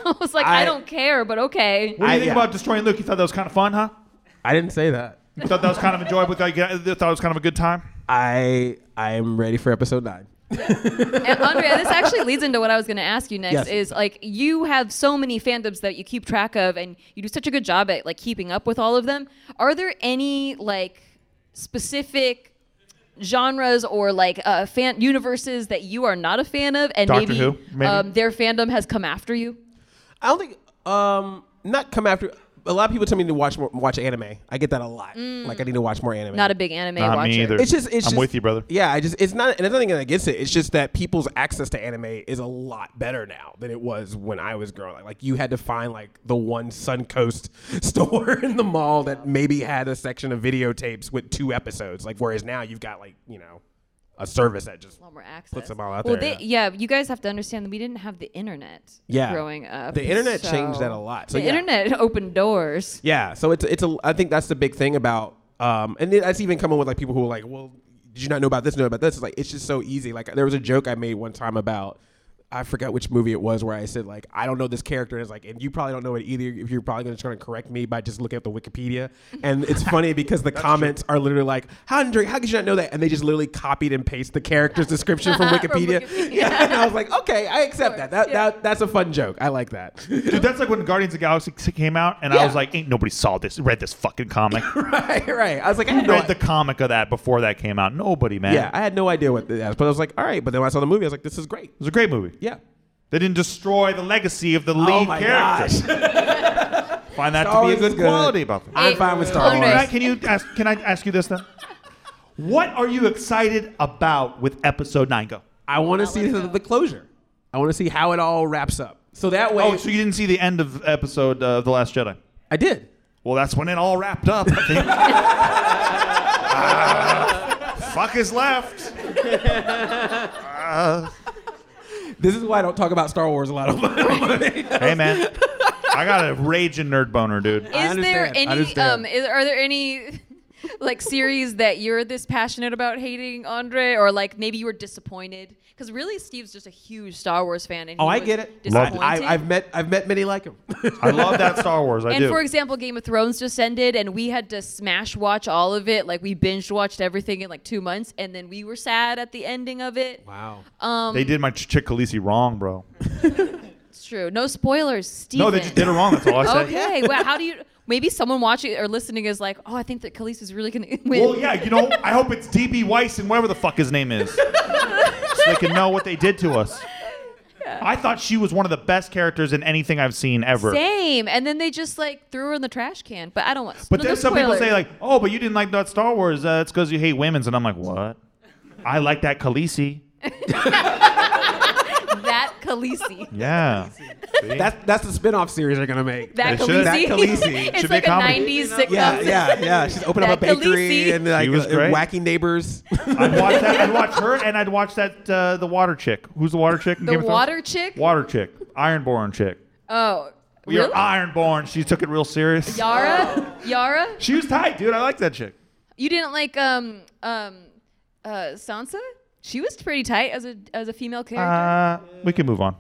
[SPEAKER 2] I was like, I,
[SPEAKER 1] I-
[SPEAKER 2] don't care, but okay.
[SPEAKER 1] I-
[SPEAKER 3] think
[SPEAKER 1] yeah.
[SPEAKER 3] about destroying Luke? You thought that was kind of fun, huh?
[SPEAKER 1] I didn't say that.
[SPEAKER 3] You thought that was kind of enjoyable? You thought it was kind of a good time?
[SPEAKER 1] I I'm ready for episode nine.
[SPEAKER 2] And Andrea, this actually leads into what I was going to ask you next
[SPEAKER 1] Yes.
[SPEAKER 2] is like you have so many fandoms that you keep track of and you do such a good job at like keeping up with all of them. Are there any like specific genres or like uh, fan universes that you are not a fan of and
[SPEAKER 3] Doctor
[SPEAKER 2] maybe,
[SPEAKER 3] Who, maybe?
[SPEAKER 2] Um, their fandom has come after you?
[SPEAKER 1] I don't think um not come after a lot of people tell me to watch more, watch anime. I get that a lot.
[SPEAKER 2] Mm.
[SPEAKER 1] Like I need to watch more anime.
[SPEAKER 2] Not a big anime
[SPEAKER 3] Not
[SPEAKER 2] watcher.
[SPEAKER 3] me either.
[SPEAKER 1] It's just it's
[SPEAKER 6] I'm
[SPEAKER 1] just-
[SPEAKER 6] with you, brother.
[SPEAKER 1] Yeah, I just it's not and it's nothing against it. It's just that people's access to anime is a lot better now than it was when I was growing up. Like you had to find like the one Suncoast store in the mall that maybe had a section of videotapes with two episodes. Like whereas now you've got like, you know, a service that just
[SPEAKER 2] A lot more access.
[SPEAKER 1] puts them all out
[SPEAKER 2] well,
[SPEAKER 1] there.
[SPEAKER 2] They, yeah. you guys have to understand that we didn't have the internet
[SPEAKER 1] Yeah.
[SPEAKER 2] growing up.
[SPEAKER 1] The internet
[SPEAKER 2] so-
[SPEAKER 1] changed that a lot. So,
[SPEAKER 2] the
[SPEAKER 1] yeah.
[SPEAKER 2] internet opened doors.
[SPEAKER 1] Yeah, so it's it's a I think that's the big thing about um and that's even coming with like people who are like, well, did you not know about this? Know about this? It's like it's just so easy. Like there was a joke I made one time about I forgot which movie it was where I said like I don't know this character and it's like and you probably don't know it either. If you're probably going to try to correct me by just looking up the Wikipedia, and it's funny because the comments are literally like how did you, how could you not know that? And they just literally copied and pasted the character's description from Wikipedia.
[SPEAKER 2] Wikipedia.
[SPEAKER 1] yeah, and I was like, okay, I accept that. That, that that's a fun joke. I like that.
[SPEAKER 3] Dude, that's like when Guardians of the Galaxy came out, and I
[SPEAKER 1] Yeah.
[SPEAKER 3] was like, "Ain't nobody saw this, read this fucking comic,
[SPEAKER 1] right, right. I was like, I had no
[SPEAKER 3] read the comic of that before that came out. Nobody, man.
[SPEAKER 1] Yeah, I had no idea what that was, but I was like, all right. But then when I saw the movie, I was like, this is great.
[SPEAKER 3] it was a great movie.
[SPEAKER 1] Yeah. Oh
[SPEAKER 3] They didn't destroy the legacy of the lead
[SPEAKER 1] my
[SPEAKER 3] character. Find that
[SPEAKER 1] Star
[SPEAKER 3] to
[SPEAKER 1] Wars
[SPEAKER 3] be a good,
[SPEAKER 1] is good.
[SPEAKER 3] quality about them.
[SPEAKER 1] I'm fine with Star
[SPEAKER 2] Wars.
[SPEAKER 3] Can I,
[SPEAKER 1] Wars.
[SPEAKER 3] can you ask? Can I ask you this then? What are you excited about with episode nine? Go.
[SPEAKER 1] I want to see the, the closure. I want to see how it all wraps up. So that way,
[SPEAKER 3] Oh, so you didn't see the end of episode uh, the Last Jedi?
[SPEAKER 1] I did.
[SPEAKER 3] Well, that's when it all wrapped up. I think. Ah, fuck is left.
[SPEAKER 1] This is why I don't talk about Star Wars a lot. Of
[SPEAKER 3] Hey man, I got a raging nerd boner, dude.
[SPEAKER 2] Is there
[SPEAKER 1] understand. I
[SPEAKER 2] any?
[SPEAKER 1] understand.
[SPEAKER 2] Um, is, are there any? Like series that you're this passionate about hating, Andre, or like maybe you were disappointed because really Steve's just a huge Star Wars fan. And
[SPEAKER 1] oh,
[SPEAKER 2] he
[SPEAKER 1] I
[SPEAKER 2] was
[SPEAKER 1] get it.
[SPEAKER 2] Disappointed.
[SPEAKER 1] I, I've met I've met many like him.
[SPEAKER 3] I love that Star Wars. I
[SPEAKER 2] And
[SPEAKER 3] do.
[SPEAKER 2] for example, Game of Thrones just ended, and we had to smash watch all of it. Like we binge watched everything in like two months, and then we were sad at the ending of it.
[SPEAKER 1] wow.
[SPEAKER 3] they did my Ch- Chick Khaleesi wrong, bro.
[SPEAKER 2] It's true. No spoilers, Steven.
[SPEAKER 3] No, they just did it wrong. That's all I said.
[SPEAKER 2] Okay. well, how do you? Maybe someone watching or listening is like, oh, I think that Khalees is really gonna win.
[SPEAKER 3] Well, yeah, you know, I hope it's DB Weiss and whatever the fuck his name is. so they can know what they did to us. I thought she was one of the best characters in anything I've seen ever.
[SPEAKER 2] Same. And then they just like threw her in the trash can. But I don't want.
[SPEAKER 3] But
[SPEAKER 2] no,
[SPEAKER 3] then
[SPEAKER 2] no
[SPEAKER 3] some people
[SPEAKER 2] spoilers.
[SPEAKER 3] say, like, oh, but you didn't like that Star Wars. Uh, it's because you hate women's. And I'm like, what? I like that Khaleesi.
[SPEAKER 2] that Khaleesi.
[SPEAKER 3] Yeah.
[SPEAKER 1] That's that's the spin off series they're gonna make.
[SPEAKER 2] That
[SPEAKER 3] It should.
[SPEAKER 2] Khaleesi.
[SPEAKER 1] That Khaleesi.
[SPEAKER 2] it's
[SPEAKER 3] Should be
[SPEAKER 2] like
[SPEAKER 3] a comedy.
[SPEAKER 2] '90s sitcom.
[SPEAKER 1] yeah, yeah, yeah. She's opened up a
[SPEAKER 2] That
[SPEAKER 1] bakery
[SPEAKER 2] Khaleesi.
[SPEAKER 1] and like
[SPEAKER 3] She was
[SPEAKER 1] uh,
[SPEAKER 3] great.
[SPEAKER 1] wacky neighbors.
[SPEAKER 3] I'd watch that. I'd watch her and I'd watch that, uh, the water chick. Who's the water chick? in
[SPEAKER 2] The
[SPEAKER 3] Game of Thrones?
[SPEAKER 2] water chick.
[SPEAKER 3] Water chick. Ironborn chick.
[SPEAKER 2] oh.
[SPEAKER 3] We
[SPEAKER 2] really?
[SPEAKER 3] are Ironborn. She took it real serious.
[SPEAKER 2] Yara,
[SPEAKER 3] Oh.
[SPEAKER 2] Yara,
[SPEAKER 3] She was tight, dude. I like that chick.
[SPEAKER 2] you didn't like um um uh Sansa? She was pretty tight as a as a female character.
[SPEAKER 3] Uh, we can move on.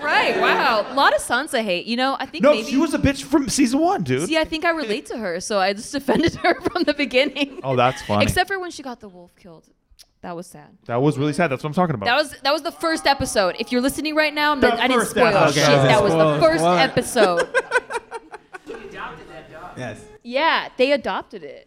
[SPEAKER 2] right? Wow, a lot of Sansa hate. You know, I think
[SPEAKER 3] No,
[SPEAKER 2] maybe.
[SPEAKER 3] she was a bitch from season one, dude.
[SPEAKER 2] See, I think I relate to her, so I just defended her from the beginning.
[SPEAKER 3] Oh, that's funny.
[SPEAKER 2] Except for when she got the wolf killed. That was sad.
[SPEAKER 3] that was really sad. That's what I'm talking
[SPEAKER 1] Oh.
[SPEAKER 3] about.
[SPEAKER 2] That was that was the first episode. If you're listening right now,
[SPEAKER 3] The
[SPEAKER 2] I didn't
[SPEAKER 3] first
[SPEAKER 2] spoil
[SPEAKER 3] episode.
[SPEAKER 2] shit.
[SPEAKER 1] Okay.
[SPEAKER 2] That was the
[SPEAKER 1] Spoilers.
[SPEAKER 2] first
[SPEAKER 1] Spoilers.
[SPEAKER 2] episode.
[SPEAKER 1] yes.
[SPEAKER 2] Yeah, they adopted it.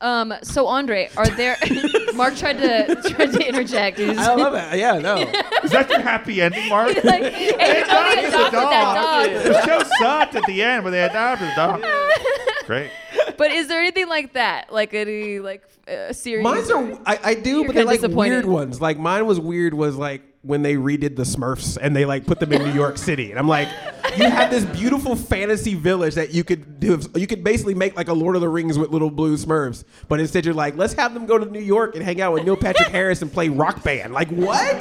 [SPEAKER 2] Um, so Andre, are there? Mark tried to tried to interject. He was
[SPEAKER 1] I love it. Yeah, no.
[SPEAKER 3] Is that your happy ending, Mark?
[SPEAKER 2] like, hey, you know they
[SPEAKER 3] It's
[SPEAKER 2] adopted that
[SPEAKER 3] The show sucked at the end, but they adopted the dog. Great.
[SPEAKER 2] dog. But is there anything like that? Like any like uh, series?
[SPEAKER 1] Mine's are I, I do,
[SPEAKER 2] You're
[SPEAKER 1] but they're
[SPEAKER 2] kinda
[SPEAKER 1] like
[SPEAKER 2] disappointed.
[SPEAKER 1] weird ones. Like mine was weird was like when they redid the Smurfs and they like put them in New York City, and I'm like, you have this beautiful fantasy village that you could do. You could basically make like a Lord of the Rings with little blue Smurfs, but instead you're like, let's have them go to New York and hang out with Neil Patrick Harris and play rock band. Like what?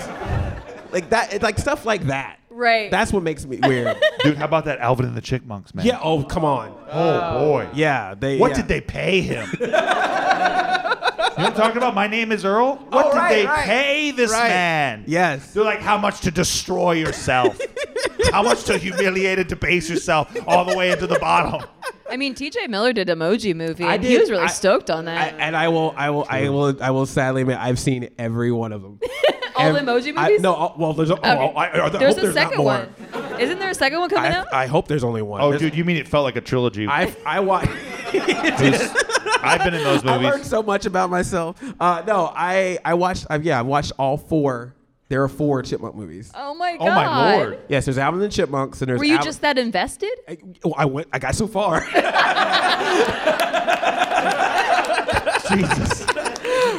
[SPEAKER 1] Like that? It's like stuff like that.
[SPEAKER 2] right.
[SPEAKER 1] That's what makes me weird.
[SPEAKER 3] Dude, how about that Alvin and the Chickmunks, man?
[SPEAKER 1] yeah. Oh come on.
[SPEAKER 3] Oh, boy.
[SPEAKER 1] Yeah. They.
[SPEAKER 3] What
[SPEAKER 1] yeah.
[SPEAKER 3] did they pay him? you know what I'm talking about? My name is Earl. What
[SPEAKER 1] Oh,
[SPEAKER 3] did
[SPEAKER 1] right,
[SPEAKER 3] they
[SPEAKER 1] right.
[SPEAKER 3] pay this
[SPEAKER 1] Right.
[SPEAKER 3] man?
[SPEAKER 1] Yes.
[SPEAKER 3] They're like, how much to destroy yourself? how much to humiliate and debase yourself all the way into the bottom?
[SPEAKER 2] I mean, T.J. Miller did Emoji Movie,
[SPEAKER 1] I
[SPEAKER 2] and he
[SPEAKER 1] did-
[SPEAKER 2] was really
[SPEAKER 1] I-
[SPEAKER 2] stoked on
[SPEAKER 1] I,
[SPEAKER 2] that.
[SPEAKER 1] and I will, I will, I will, I will sadly admit I've seen every one of them.
[SPEAKER 2] All the
[SPEAKER 1] Ev-
[SPEAKER 2] emoji
[SPEAKER 1] I-
[SPEAKER 2] movies.
[SPEAKER 1] no, oh, well, there's. A, oh,
[SPEAKER 2] Okay.
[SPEAKER 1] I, I, I hope
[SPEAKER 2] there's
[SPEAKER 1] there's
[SPEAKER 2] a
[SPEAKER 1] not
[SPEAKER 2] second
[SPEAKER 1] more.
[SPEAKER 2] one. Isn't there a second one coming
[SPEAKER 1] I,
[SPEAKER 2] out?
[SPEAKER 1] I hope there's only one.
[SPEAKER 3] Oh,
[SPEAKER 1] There's-
[SPEAKER 3] dude, you mean it felt like a trilogy?
[SPEAKER 1] I, I watch.
[SPEAKER 3] I've been in those
[SPEAKER 1] I learned
[SPEAKER 3] movies.
[SPEAKER 1] so much about myself. Uh, no, I, I watched. i yeah, I watched all four There are four Chipmunk movies.
[SPEAKER 2] Oh my god.
[SPEAKER 3] Oh my lord.
[SPEAKER 1] Yes, there's Alvin and the Chipmunks, and there's
[SPEAKER 2] Were you
[SPEAKER 1] Alvin-
[SPEAKER 2] just that invested?
[SPEAKER 1] I, oh, I went. I got so far.
[SPEAKER 3] Jesus.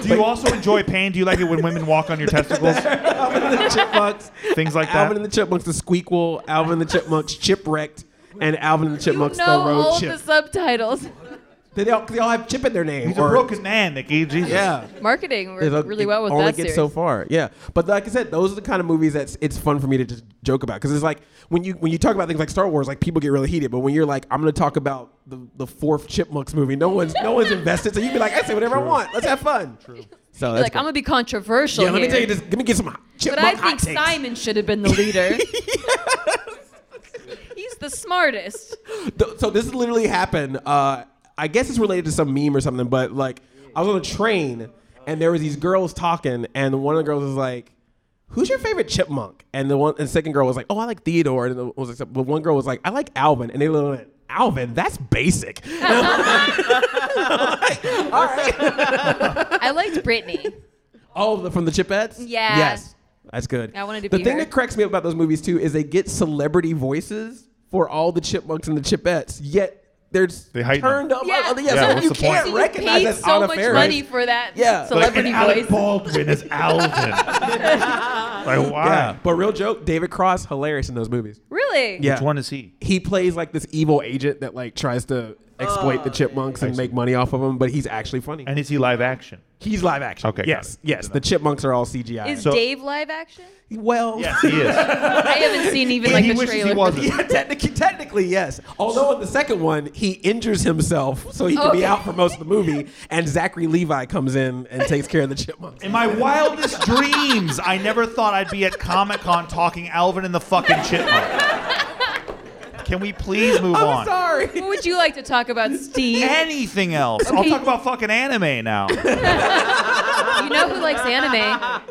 [SPEAKER 3] Do you also enjoy pain? Do you like it when women walk on your testicles?
[SPEAKER 1] Alvin and the Chipmunks.
[SPEAKER 3] Things like that.
[SPEAKER 1] Alvin and the Chipmunks, the Squeakquel, Alvin and the Chipmunks, Chipwrecked, and Alvin and the
[SPEAKER 2] You
[SPEAKER 1] Chipmunks,
[SPEAKER 2] know
[SPEAKER 1] The Road
[SPEAKER 2] all
[SPEAKER 1] Chip.
[SPEAKER 2] the subtitles.
[SPEAKER 1] they, all, they all have Chip in their name.
[SPEAKER 3] He's a
[SPEAKER 1] or-
[SPEAKER 3] broken man, Nicky. Jesus.
[SPEAKER 1] Yeah.
[SPEAKER 2] Marketing
[SPEAKER 1] They
[SPEAKER 2] worked
[SPEAKER 1] look-
[SPEAKER 2] really
[SPEAKER 1] it
[SPEAKER 2] well with
[SPEAKER 1] only
[SPEAKER 2] that
[SPEAKER 1] gets
[SPEAKER 2] series.
[SPEAKER 1] so far. Yeah, but like I said, those are the kind of movies that's it's fun for me to just joke about because it's like when you when you talk about things like Star Wars, like people get really heated. But when you're like, I'm going to talk about the, the fourth Chipmunks movie, no one's no one's invested, so you can be like, I say whatever I want. Let's have fun. True. So that's
[SPEAKER 2] like I'm
[SPEAKER 1] good.
[SPEAKER 2] gonna be controversial.
[SPEAKER 1] yeah, let me
[SPEAKER 2] here,
[SPEAKER 1] tell you this. Let me get some hot-
[SPEAKER 2] But
[SPEAKER 1] Chipmunk
[SPEAKER 2] I
[SPEAKER 1] hot
[SPEAKER 2] think
[SPEAKER 1] takes.
[SPEAKER 2] Simon should have been the leader. He's the smartest.
[SPEAKER 1] Th- so this literally happened. Uh, I guess it's related to some meme or something, but like I was on a train and there was these girls talking, and one of the girls was like, "Who's your favorite chipmunk?" And the one and the second girl was like, "Oh, I like Theodore." And the, was like, but one girl was like, "I like Alvin," and they literally went, "Alvin, that's basic." And I'm like, All right.
[SPEAKER 2] I liked Brittany.
[SPEAKER 1] Oh, the- from the Chipettes.
[SPEAKER 2] Yeah.
[SPEAKER 1] Yes, that's good.
[SPEAKER 2] I wanted to
[SPEAKER 1] The
[SPEAKER 2] be
[SPEAKER 1] thing
[SPEAKER 2] her.
[SPEAKER 1] that cracks me up about those movies too is they get celebrity voices for all the chipmunks and the chipettes, yet they're s-
[SPEAKER 3] They heighten
[SPEAKER 1] turned up.
[SPEAKER 2] Yeah.
[SPEAKER 1] other- Oh, yeah,
[SPEAKER 3] Yeah,
[SPEAKER 1] so
[SPEAKER 3] what's
[SPEAKER 1] you
[SPEAKER 3] the point?
[SPEAKER 1] can't
[SPEAKER 2] So you
[SPEAKER 1] recognize
[SPEAKER 2] paid
[SPEAKER 1] that's
[SPEAKER 2] so
[SPEAKER 1] Anna
[SPEAKER 2] much
[SPEAKER 1] Faris.
[SPEAKER 2] money for that
[SPEAKER 1] Yeah.
[SPEAKER 3] Like
[SPEAKER 2] celebrity
[SPEAKER 3] and Alec
[SPEAKER 2] voice.
[SPEAKER 3] Baldwin is Alvin. like why?
[SPEAKER 1] Yeah. But real joke, David Cross hilarious in those movies.
[SPEAKER 2] Really?
[SPEAKER 1] Yeah.
[SPEAKER 3] Which one is he?
[SPEAKER 1] He plays like this evil agent that like tries to exploit
[SPEAKER 2] Ah.
[SPEAKER 1] the chipmunks and make money off of them, but he's actually funny.
[SPEAKER 3] And is he live action?
[SPEAKER 1] he's live action.
[SPEAKER 3] Okay, got
[SPEAKER 1] Yes.
[SPEAKER 3] it.
[SPEAKER 1] Yes. The chipmunks are all CGI.
[SPEAKER 2] Is
[SPEAKER 3] So-
[SPEAKER 2] Dave live action?
[SPEAKER 1] well,
[SPEAKER 3] Yes, he is.
[SPEAKER 2] I haven't seen even like
[SPEAKER 3] he
[SPEAKER 2] the
[SPEAKER 3] wishes he
[SPEAKER 2] trailer. for
[SPEAKER 3] wasn't.
[SPEAKER 2] this.
[SPEAKER 1] Yeah, technically, technically, yes. Although in the second one, he injures himself, so he can be
[SPEAKER 2] Okay.
[SPEAKER 1] out for most of the movie, and Zachary Levi comes in and takes care of the chipmunks.
[SPEAKER 3] In my wildest dreams, I never thought I'd be at Comic Con talking Alvin and the fucking Chipmunk. Can we please move
[SPEAKER 1] I'm
[SPEAKER 3] on?
[SPEAKER 1] sorry.
[SPEAKER 2] What would you like to talk about, Steve?
[SPEAKER 3] Anything else? I'll
[SPEAKER 2] Okay.
[SPEAKER 3] talk about fucking anime now.
[SPEAKER 2] you know who likes anime?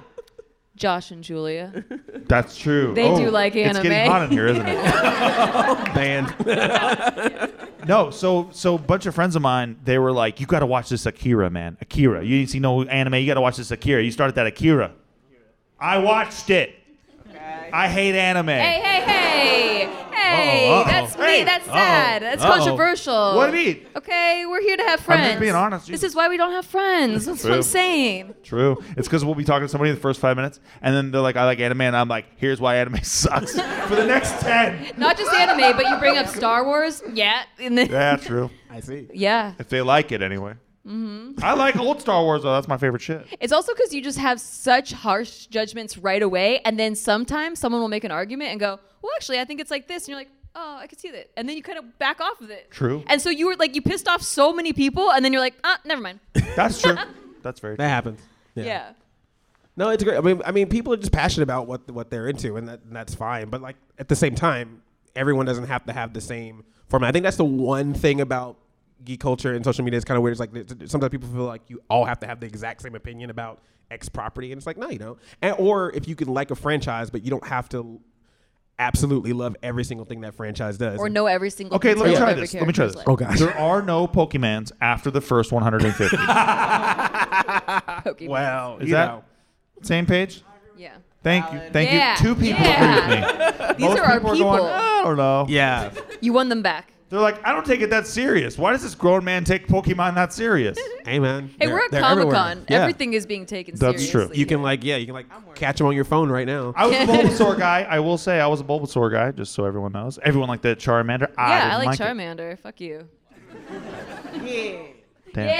[SPEAKER 2] Josh and Julia.
[SPEAKER 3] That's true. Oh,
[SPEAKER 2] They do like
[SPEAKER 3] It's getting
[SPEAKER 2] anime.
[SPEAKER 3] hot in here, isn't it?
[SPEAKER 1] Banned.
[SPEAKER 3] No, so so a bunch of friends of mine, they were like, "You got to watch this Akira, man. Akira. You didn't see no anime. You got to watch this Akira. You started that Akira. I watched it. I hate anime.
[SPEAKER 2] Hey, hey, hey! Hey!
[SPEAKER 3] Oh, Uh-oh, uh-oh.
[SPEAKER 2] That's me.
[SPEAKER 3] Hey,
[SPEAKER 2] That's
[SPEAKER 3] uh-oh,
[SPEAKER 2] sad. That's
[SPEAKER 3] uh-oh.
[SPEAKER 2] controversial.
[SPEAKER 3] What do you mean?
[SPEAKER 2] Okay, we're here to have friends.
[SPEAKER 3] being honest,
[SPEAKER 2] This
[SPEAKER 3] Jesus.
[SPEAKER 2] is why we don't have friends. That's what I'm
[SPEAKER 3] True.
[SPEAKER 2] saying.
[SPEAKER 3] True. It's because we'll be talking to somebody in the first five minutes, and then they're like, "I like anime," and I'm like, "Here's why anime sucks." For the next ten.
[SPEAKER 2] Not just anime, but you bring up Star Wars. Yeah. And then,
[SPEAKER 3] Yeah, true.
[SPEAKER 1] I see.
[SPEAKER 2] yeah.
[SPEAKER 3] If they like it anyway.
[SPEAKER 2] Mm-hmm.
[SPEAKER 3] I like old Star Wars though. That's my favorite shit.
[SPEAKER 2] It's also because you just have such harsh judgments right away, and then sometimes someone will make an argument and go, "Well, actually, I think it's like this," and you're like, "Oh, I could see that," and then you kind of back off of it.
[SPEAKER 3] True.
[SPEAKER 2] And so you were like, you pissed off so many people, and then you're like, "Ah, never mind."
[SPEAKER 3] That's true. That's very.
[SPEAKER 1] That happens.
[SPEAKER 2] yeah.
[SPEAKER 1] No, it's great. I mean, I mean, people are just passionate about what what they're into, and, that, and that's fine. But like at the same time, everyone doesn't have to have the same format. I think that's the one thing about geek culture and social media is kind of weird. It's like th- sometimes people feel like you all have to have the exact same opinion about X property, and it's like no, you know. And, or if you can like a franchise, but you don't have to absolutely love every single thing that franchise does.
[SPEAKER 2] Or know every single.
[SPEAKER 3] Okay, let me
[SPEAKER 2] detail of
[SPEAKER 3] try
[SPEAKER 2] every
[SPEAKER 3] this. Let me try
[SPEAKER 2] character's life.
[SPEAKER 3] this.
[SPEAKER 1] Oh, gosh.
[SPEAKER 3] There are no Pokemans after the first 150.
[SPEAKER 2] Pokemon.
[SPEAKER 1] well,
[SPEAKER 3] Is
[SPEAKER 1] you
[SPEAKER 3] that
[SPEAKER 1] know.
[SPEAKER 3] same page?
[SPEAKER 2] Yeah.
[SPEAKER 3] Thank you. Thank
[SPEAKER 2] Yeah.
[SPEAKER 3] you. Two people agree with me.
[SPEAKER 2] These are our people.
[SPEAKER 3] Are going, "Ah." I don't know.
[SPEAKER 1] yeah.
[SPEAKER 2] you won them back.
[SPEAKER 3] They're like, I don't take it that serious. Why does this grown man take Pokemon that serious?
[SPEAKER 1] Hey man.
[SPEAKER 2] Hey,
[SPEAKER 1] They're-
[SPEAKER 2] we're at
[SPEAKER 1] they're
[SPEAKER 2] Comic
[SPEAKER 1] everywhere.
[SPEAKER 2] Con.
[SPEAKER 1] Yeah.
[SPEAKER 2] Everything is being taken
[SPEAKER 3] That's true.
[SPEAKER 2] seriously.
[SPEAKER 1] You can like yeah, you can like catch them on your phone right now.
[SPEAKER 3] I was a Bulbasaur guy. I will say I was a Bulbasaur guy, just so everyone knows. Everyone liked the Charmander. I
[SPEAKER 2] Yeah,
[SPEAKER 3] didn't
[SPEAKER 2] I like,
[SPEAKER 3] it.
[SPEAKER 2] Charmander. Fuck you.
[SPEAKER 3] Damn.
[SPEAKER 2] Yeah.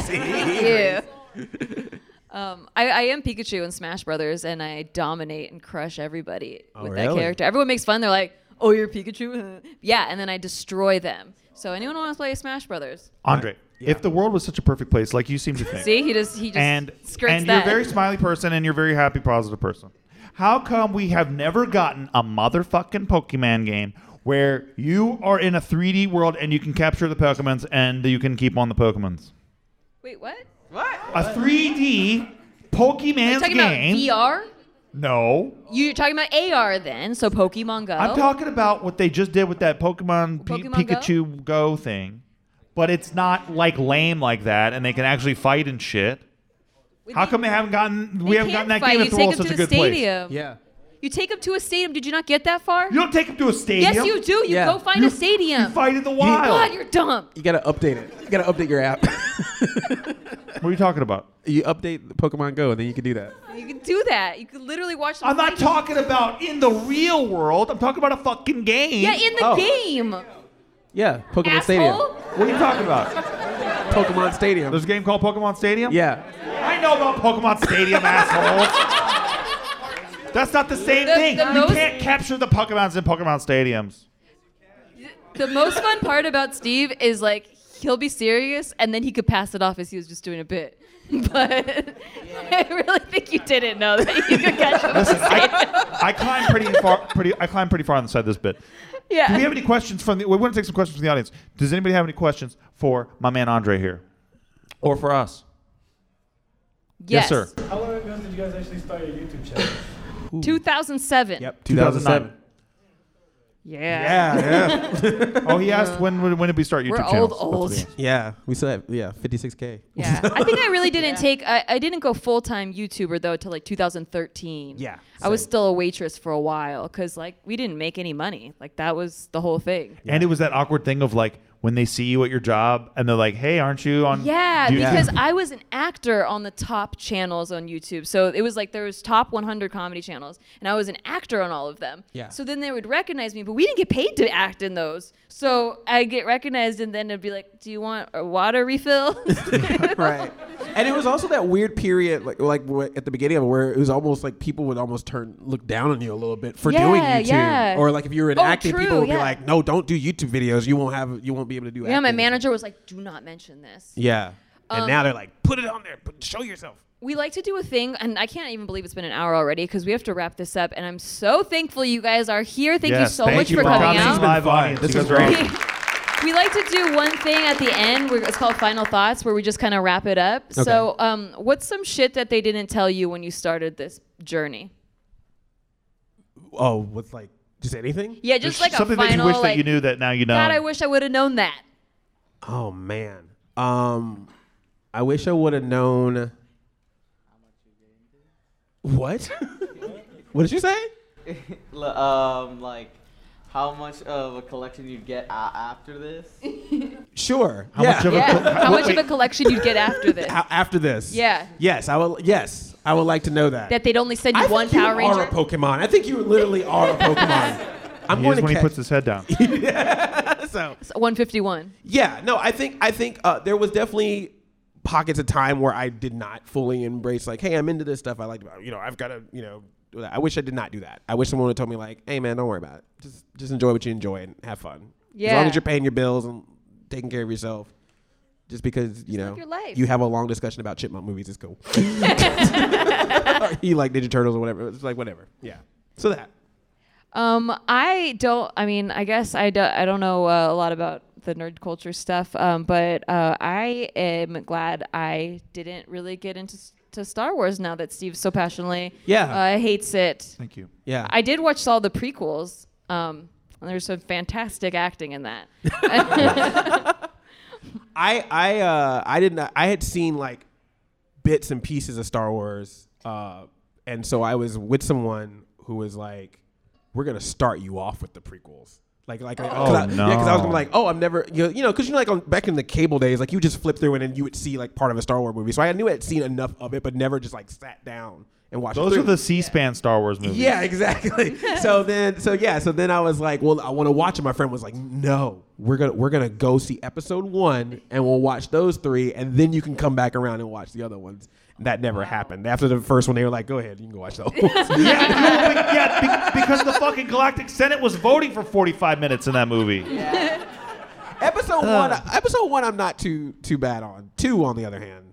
[SPEAKER 1] Yes.
[SPEAKER 2] Yeah. Um, I, I am Pikachu in Smash Brothers, and I dominate and crush everybody
[SPEAKER 3] Oh,
[SPEAKER 2] with that
[SPEAKER 1] really?
[SPEAKER 2] character. Everyone makes fun. They're like, "Oh, you're Pikachu." yeah, and then I destroy them. So anyone want to play Smash Brothers?
[SPEAKER 3] Andre, if the world was such a perfect place, like you seem to think,
[SPEAKER 2] See, he just he just
[SPEAKER 3] and
[SPEAKER 2] skirts
[SPEAKER 3] and
[SPEAKER 2] that.
[SPEAKER 3] you're a very smiley person, and you're a very happy, positive person. How come we have never gotten a motherfucking Pokemon game where you are in a 3D world and you can capture the Pokemons and you can keep on the Pokemons?
[SPEAKER 2] Wait, what?
[SPEAKER 3] A 3D Pokemon
[SPEAKER 2] Talking
[SPEAKER 3] game?
[SPEAKER 2] about VR?
[SPEAKER 3] No,
[SPEAKER 2] You're talking about AR then? So Pokemon Go.
[SPEAKER 3] I'm talking about what they just did with that Pokemon, P-
[SPEAKER 2] Pokemon Go?
[SPEAKER 3] Pikachu Go? thing, but it's not like lame like that, and they can actually fight and shit. How come they haven't gotten? We
[SPEAKER 2] They
[SPEAKER 3] haven't
[SPEAKER 2] can't
[SPEAKER 3] gotten that
[SPEAKER 2] fight.
[SPEAKER 3] Game
[SPEAKER 2] you
[SPEAKER 3] of Thrones
[SPEAKER 2] take them
[SPEAKER 3] such
[SPEAKER 2] to
[SPEAKER 3] a
[SPEAKER 2] the
[SPEAKER 3] good place.
[SPEAKER 2] stadium.
[SPEAKER 1] Yeah.
[SPEAKER 2] You take them to a stadium. Did you not get that far?
[SPEAKER 3] You don't take them to a stadium.
[SPEAKER 2] yes, you do. You
[SPEAKER 1] Yeah.
[SPEAKER 2] go find
[SPEAKER 3] You-
[SPEAKER 2] a stadium.
[SPEAKER 3] You fight in the wild.
[SPEAKER 2] God, you're dumb.
[SPEAKER 1] You gotta update it. You gotta update your app.
[SPEAKER 3] what are you talking about?
[SPEAKER 1] you update Pokemon Go, and then you can do that.
[SPEAKER 2] You can do that. You can literally watch. Them
[SPEAKER 3] I'm not
[SPEAKER 2] fight.
[SPEAKER 3] talking about in the real world. I'm talking about a fucking game.
[SPEAKER 2] Yeah, in the
[SPEAKER 1] Oh.
[SPEAKER 2] game.
[SPEAKER 1] Yeah, Pokemon Stadium.
[SPEAKER 2] Asshole.
[SPEAKER 3] what are you talking about?
[SPEAKER 1] Pokemon Stadium.
[SPEAKER 3] There's a game called Pokemon Stadium.
[SPEAKER 1] yeah.
[SPEAKER 3] I know about Pokemon Stadium, assholes. That's not the same
[SPEAKER 2] The-
[SPEAKER 3] thing.
[SPEAKER 2] the
[SPEAKER 3] you
[SPEAKER 2] most-
[SPEAKER 3] can't capture the Pokemons in Pokemon Stadiums.
[SPEAKER 2] The most fun part about Steve is like he'll be serious and then he could pass it off as he was just doing a bit. But I really think you didn't know that you could catch him.
[SPEAKER 3] Listen, I, I climbed pretty far. Pretty, I climbed pretty far on the side of this bit. Do
[SPEAKER 2] yeah.
[SPEAKER 3] we have any questions from the? We want to take some questions from the audience. Does anybody have any questions for my man Andre here, or for us?
[SPEAKER 2] yes.
[SPEAKER 3] sir.
[SPEAKER 4] How long ago did you guys actually start your YouTube channel?
[SPEAKER 2] 2007.
[SPEAKER 1] Yep. 2007.
[SPEAKER 2] Yeah.
[SPEAKER 3] Yeah, yeah. oh, he asked when when when did we start YouTube
[SPEAKER 2] We're
[SPEAKER 3] channels?
[SPEAKER 2] old, old.
[SPEAKER 3] That's what he asked.
[SPEAKER 1] Yeah, we still have yeah 56k.
[SPEAKER 2] Yeah. I think I really didn't take. I, I didn't go full time YouTuber though till like 2013.
[SPEAKER 1] Yeah,
[SPEAKER 2] I was
[SPEAKER 1] same.
[SPEAKER 2] still a waitress for a while because like we didn't make any money. Like that was the whole thing.
[SPEAKER 3] And it was that awkward thing of like when they see you at your job and they're like, "Hey, aren't you on?"
[SPEAKER 2] Yeah,
[SPEAKER 3] YouTube?"
[SPEAKER 2] because I was an actor on the top channels on YouTube. So it was like there was top 100 comedy channels, and I was an actor on all of them.
[SPEAKER 1] Yeah.
[SPEAKER 2] So then they would recognize me, but we didn't get paid to act in those. So I get recognized, and then it'd be like, "Do you want a water refill?"
[SPEAKER 1] right. And it was also that weird period, like like wh- at the beginning of it, where it was almost like people would almost turn look down on you a little bit for
[SPEAKER 2] Yeah,
[SPEAKER 1] doing YouTube,
[SPEAKER 2] yeah.
[SPEAKER 1] or like if you were in
[SPEAKER 2] Oh,
[SPEAKER 1] acting, people
[SPEAKER 2] true,
[SPEAKER 1] would be
[SPEAKER 2] yeah.
[SPEAKER 1] like, "No, don't do YouTube videos. You won't have you won't be able to do."
[SPEAKER 2] yeah, my
[SPEAKER 1] acting."
[SPEAKER 2] manager Um, was like, "Do not mention this."
[SPEAKER 1] Yeah. And now they're like, "Put it on there. Put, show yourself."
[SPEAKER 2] we like to do a thing, and I can't even believe it's been an hour already because we have to wrap this up. And I'm so thankful you guys are here. Thank you
[SPEAKER 3] Yes,
[SPEAKER 2] so
[SPEAKER 3] thank
[SPEAKER 2] much
[SPEAKER 3] you
[SPEAKER 2] for
[SPEAKER 3] for
[SPEAKER 2] coming
[SPEAKER 3] coming.
[SPEAKER 2] out.
[SPEAKER 3] It's been Live fun. audience.
[SPEAKER 1] This
[SPEAKER 3] You
[SPEAKER 1] is
[SPEAKER 3] guys are
[SPEAKER 1] great.
[SPEAKER 3] awesome.
[SPEAKER 2] we like to do one thing at the end. We're, it's called final thoughts, where we just kind of wrap it up. So, um, what's some shit that they didn't tell you when you started this journey?
[SPEAKER 1] Oh, with like just anything?
[SPEAKER 2] Yeah, just like a
[SPEAKER 3] something
[SPEAKER 2] final.
[SPEAKER 3] that you wish
[SPEAKER 2] like,
[SPEAKER 3] that you knew um, that now you know.
[SPEAKER 2] God, I wish I would have known that.
[SPEAKER 1] Oh man. Um, I wish I would have known. What? what did you say?
[SPEAKER 7] L- um, like how much of a collection you'd get a- after this?
[SPEAKER 1] Sure.
[SPEAKER 3] How much of a-
[SPEAKER 2] Yeah. How much of
[SPEAKER 3] Wait.
[SPEAKER 2] a collection you'd get after this?
[SPEAKER 1] a- after this?
[SPEAKER 2] Yeah.
[SPEAKER 1] Yes, I will. Yes, I would like to know that.
[SPEAKER 2] That they'd only send you
[SPEAKER 1] I
[SPEAKER 2] one
[SPEAKER 1] think
[SPEAKER 2] Power
[SPEAKER 1] you
[SPEAKER 2] Ranger.
[SPEAKER 1] are a Pokemon. I think you literally are a Pokemon. I'm
[SPEAKER 3] he
[SPEAKER 1] going
[SPEAKER 3] is
[SPEAKER 1] to
[SPEAKER 3] when he
[SPEAKER 1] catch-
[SPEAKER 3] puts his head down.
[SPEAKER 1] so.
[SPEAKER 2] 151.
[SPEAKER 1] Yeah, no, I think I think uh, there was definitely pockets of time where I did not fully embrace like, hey, I'm into this stuff. I like, you know, I've got to, you know, do that. I wish I did not do that. I wish someone would have told me like, hey, man, don't worry about it. Just just enjoy what you enjoy and have fun. As long
[SPEAKER 2] Yeah.
[SPEAKER 1] as you're paying your bills and taking care of yourself. Just because you know
[SPEAKER 2] your life.
[SPEAKER 1] you have a long discussion about chipmunk movies is cool. you like Ninja Turtles or whatever. It's like whatever. Yeah. So that.
[SPEAKER 2] Um, I don't. I mean, I guess I, do, I don't know uh, a lot about the nerd culture stuff. Um, but uh, I am glad I didn't really get into s- to Star Wars now that Steve so passionately
[SPEAKER 1] Yeah.
[SPEAKER 2] uh, hates it.
[SPEAKER 3] Thank you.
[SPEAKER 1] Yeah.
[SPEAKER 2] I did watch all the prequels. Um, and there's some fantastic acting in that.
[SPEAKER 1] I I uh I did not I had seen like bits and pieces of Star Wars uh and so I was with someone who was like we're going to start you off with the prequels. Like like oh, I,
[SPEAKER 3] no.
[SPEAKER 1] yeah cuz I was gonna be like oh I'm never you know, you know cuz you know like on, back in the cable days like you just flip through and then you would see like part of a Star Wars movie. So I knew I had seen enough of it but never just like sat down and watched
[SPEAKER 3] Those
[SPEAKER 1] through.
[SPEAKER 3] are the C-SPAN Star Wars movies.
[SPEAKER 1] Yeah, exactly. so then, so yeah, so then I was like, well, I want to watch it. My friend was like, no, we're gonna we're gonna go see episode one, and we'll watch those three, and then you can come back around and watch the other ones. That never happened. After the first one, they were like, go ahead, you can go watch those.
[SPEAKER 3] yeah, be- yeah be- because the fucking Galactic Senate was voting for 45 minutes in that movie.
[SPEAKER 1] episode one, episode one, I'm not too too bad on. Two, on the other hand,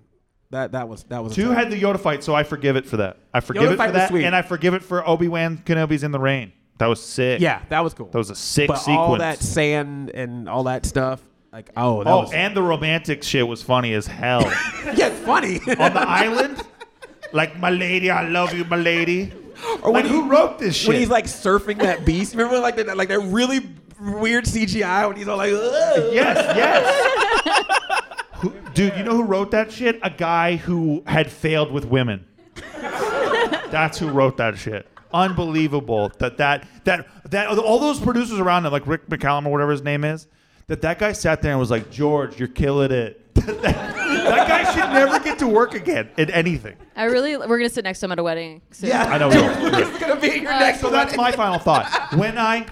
[SPEAKER 1] that that was that was a
[SPEAKER 3] Two
[SPEAKER 1] tough-
[SPEAKER 3] had the Yoda fight, so I forgive it for that. I forgive
[SPEAKER 1] Yoda
[SPEAKER 3] it
[SPEAKER 1] fight
[SPEAKER 3] for
[SPEAKER 1] was
[SPEAKER 3] that,
[SPEAKER 1] sweet.
[SPEAKER 3] and I forgive it for Obi Wan Kenobi's in the rain. That was sick.
[SPEAKER 1] yeah, that was cool.
[SPEAKER 3] that was a sick
[SPEAKER 1] but
[SPEAKER 3] sequence.
[SPEAKER 1] all that sand and all that stuff, like oh, that
[SPEAKER 3] oh,
[SPEAKER 1] was
[SPEAKER 3] and the romantic shit was funny as hell
[SPEAKER 1] yeah, it's funny.
[SPEAKER 3] on the island. Like my lady, I love you, my lady.
[SPEAKER 1] Or
[SPEAKER 3] Like, who wrote this shit?
[SPEAKER 1] When he's like surfing that beast, remember like that like that really weird CGI when he's all like, Ugh.
[SPEAKER 3] Yes, yes. Who- Dude, you know who wrote that shit? A guy who had failed with women. That's who wrote that shit. Unbelievable that that that that all those producers around him, like Rick McCallum or whatever his name is, that that guy sat there and was like, George, you're killing it. that, that guy should never get to work again in anything.
[SPEAKER 2] I really we're gonna sit next to him at a wedding. Soon.
[SPEAKER 3] I know. we are.
[SPEAKER 1] It's gonna be your next
[SPEAKER 3] Uh, So that's my final thought. When I,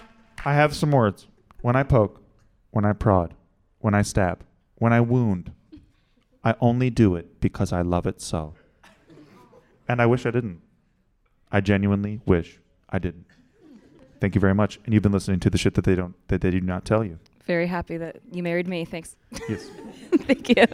[SPEAKER 3] I have some words. When I poke, when I prod, when I stab, when I wound, I only do it because I love it so. And I wish I didn't. I genuinely wish I didn't. Thank you very much. And you've been listening to the shit that they don't that they do not tell you.
[SPEAKER 2] Very happy that you married me. Thanks.
[SPEAKER 3] Yes.
[SPEAKER 2] thank you.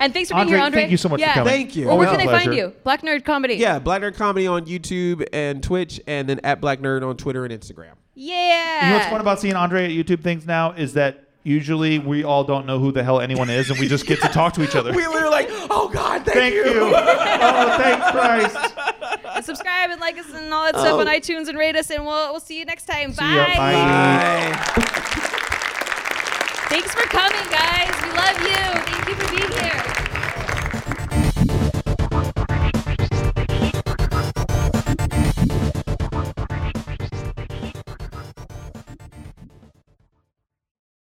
[SPEAKER 2] And thanks for being
[SPEAKER 3] Andre,
[SPEAKER 2] here, Andre.
[SPEAKER 3] thank you so much for
[SPEAKER 2] yeah.
[SPEAKER 3] coming.
[SPEAKER 1] Thank you.
[SPEAKER 2] Well, where
[SPEAKER 1] Always
[SPEAKER 2] can
[SPEAKER 1] a
[SPEAKER 2] they find
[SPEAKER 3] pleasure.
[SPEAKER 2] you? Black Nerd Comedy.
[SPEAKER 1] Yeah, Black Nerd Comedy on YouTube and Twitch, and then at Black Nerd on Twitter and Instagram.
[SPEAKER 2] Yeah.
[SPEAKER 3] You know
[SPEAKER 1] Uh.
[SPEAKER 3] what's fun about seeing Andre at YouTube things now is that usually we all don't know who the hell anyone is and we just get to talk to each other.
[SPEAKER 1] We were like, oh God, thank,
[SPEAKER 3] Thank you. oh, thank Christ.
[SPEAKER 2] And subscribe and like us and all that stuff on iTunes and rate us and we'll we'll see you next time.
[SPEAKER 3] Oh. See ya. Bye.
[SPEAKER 1] Bye.
[SPEAKER 2] Thanks for coming, guys. We love you. Thank you for being here.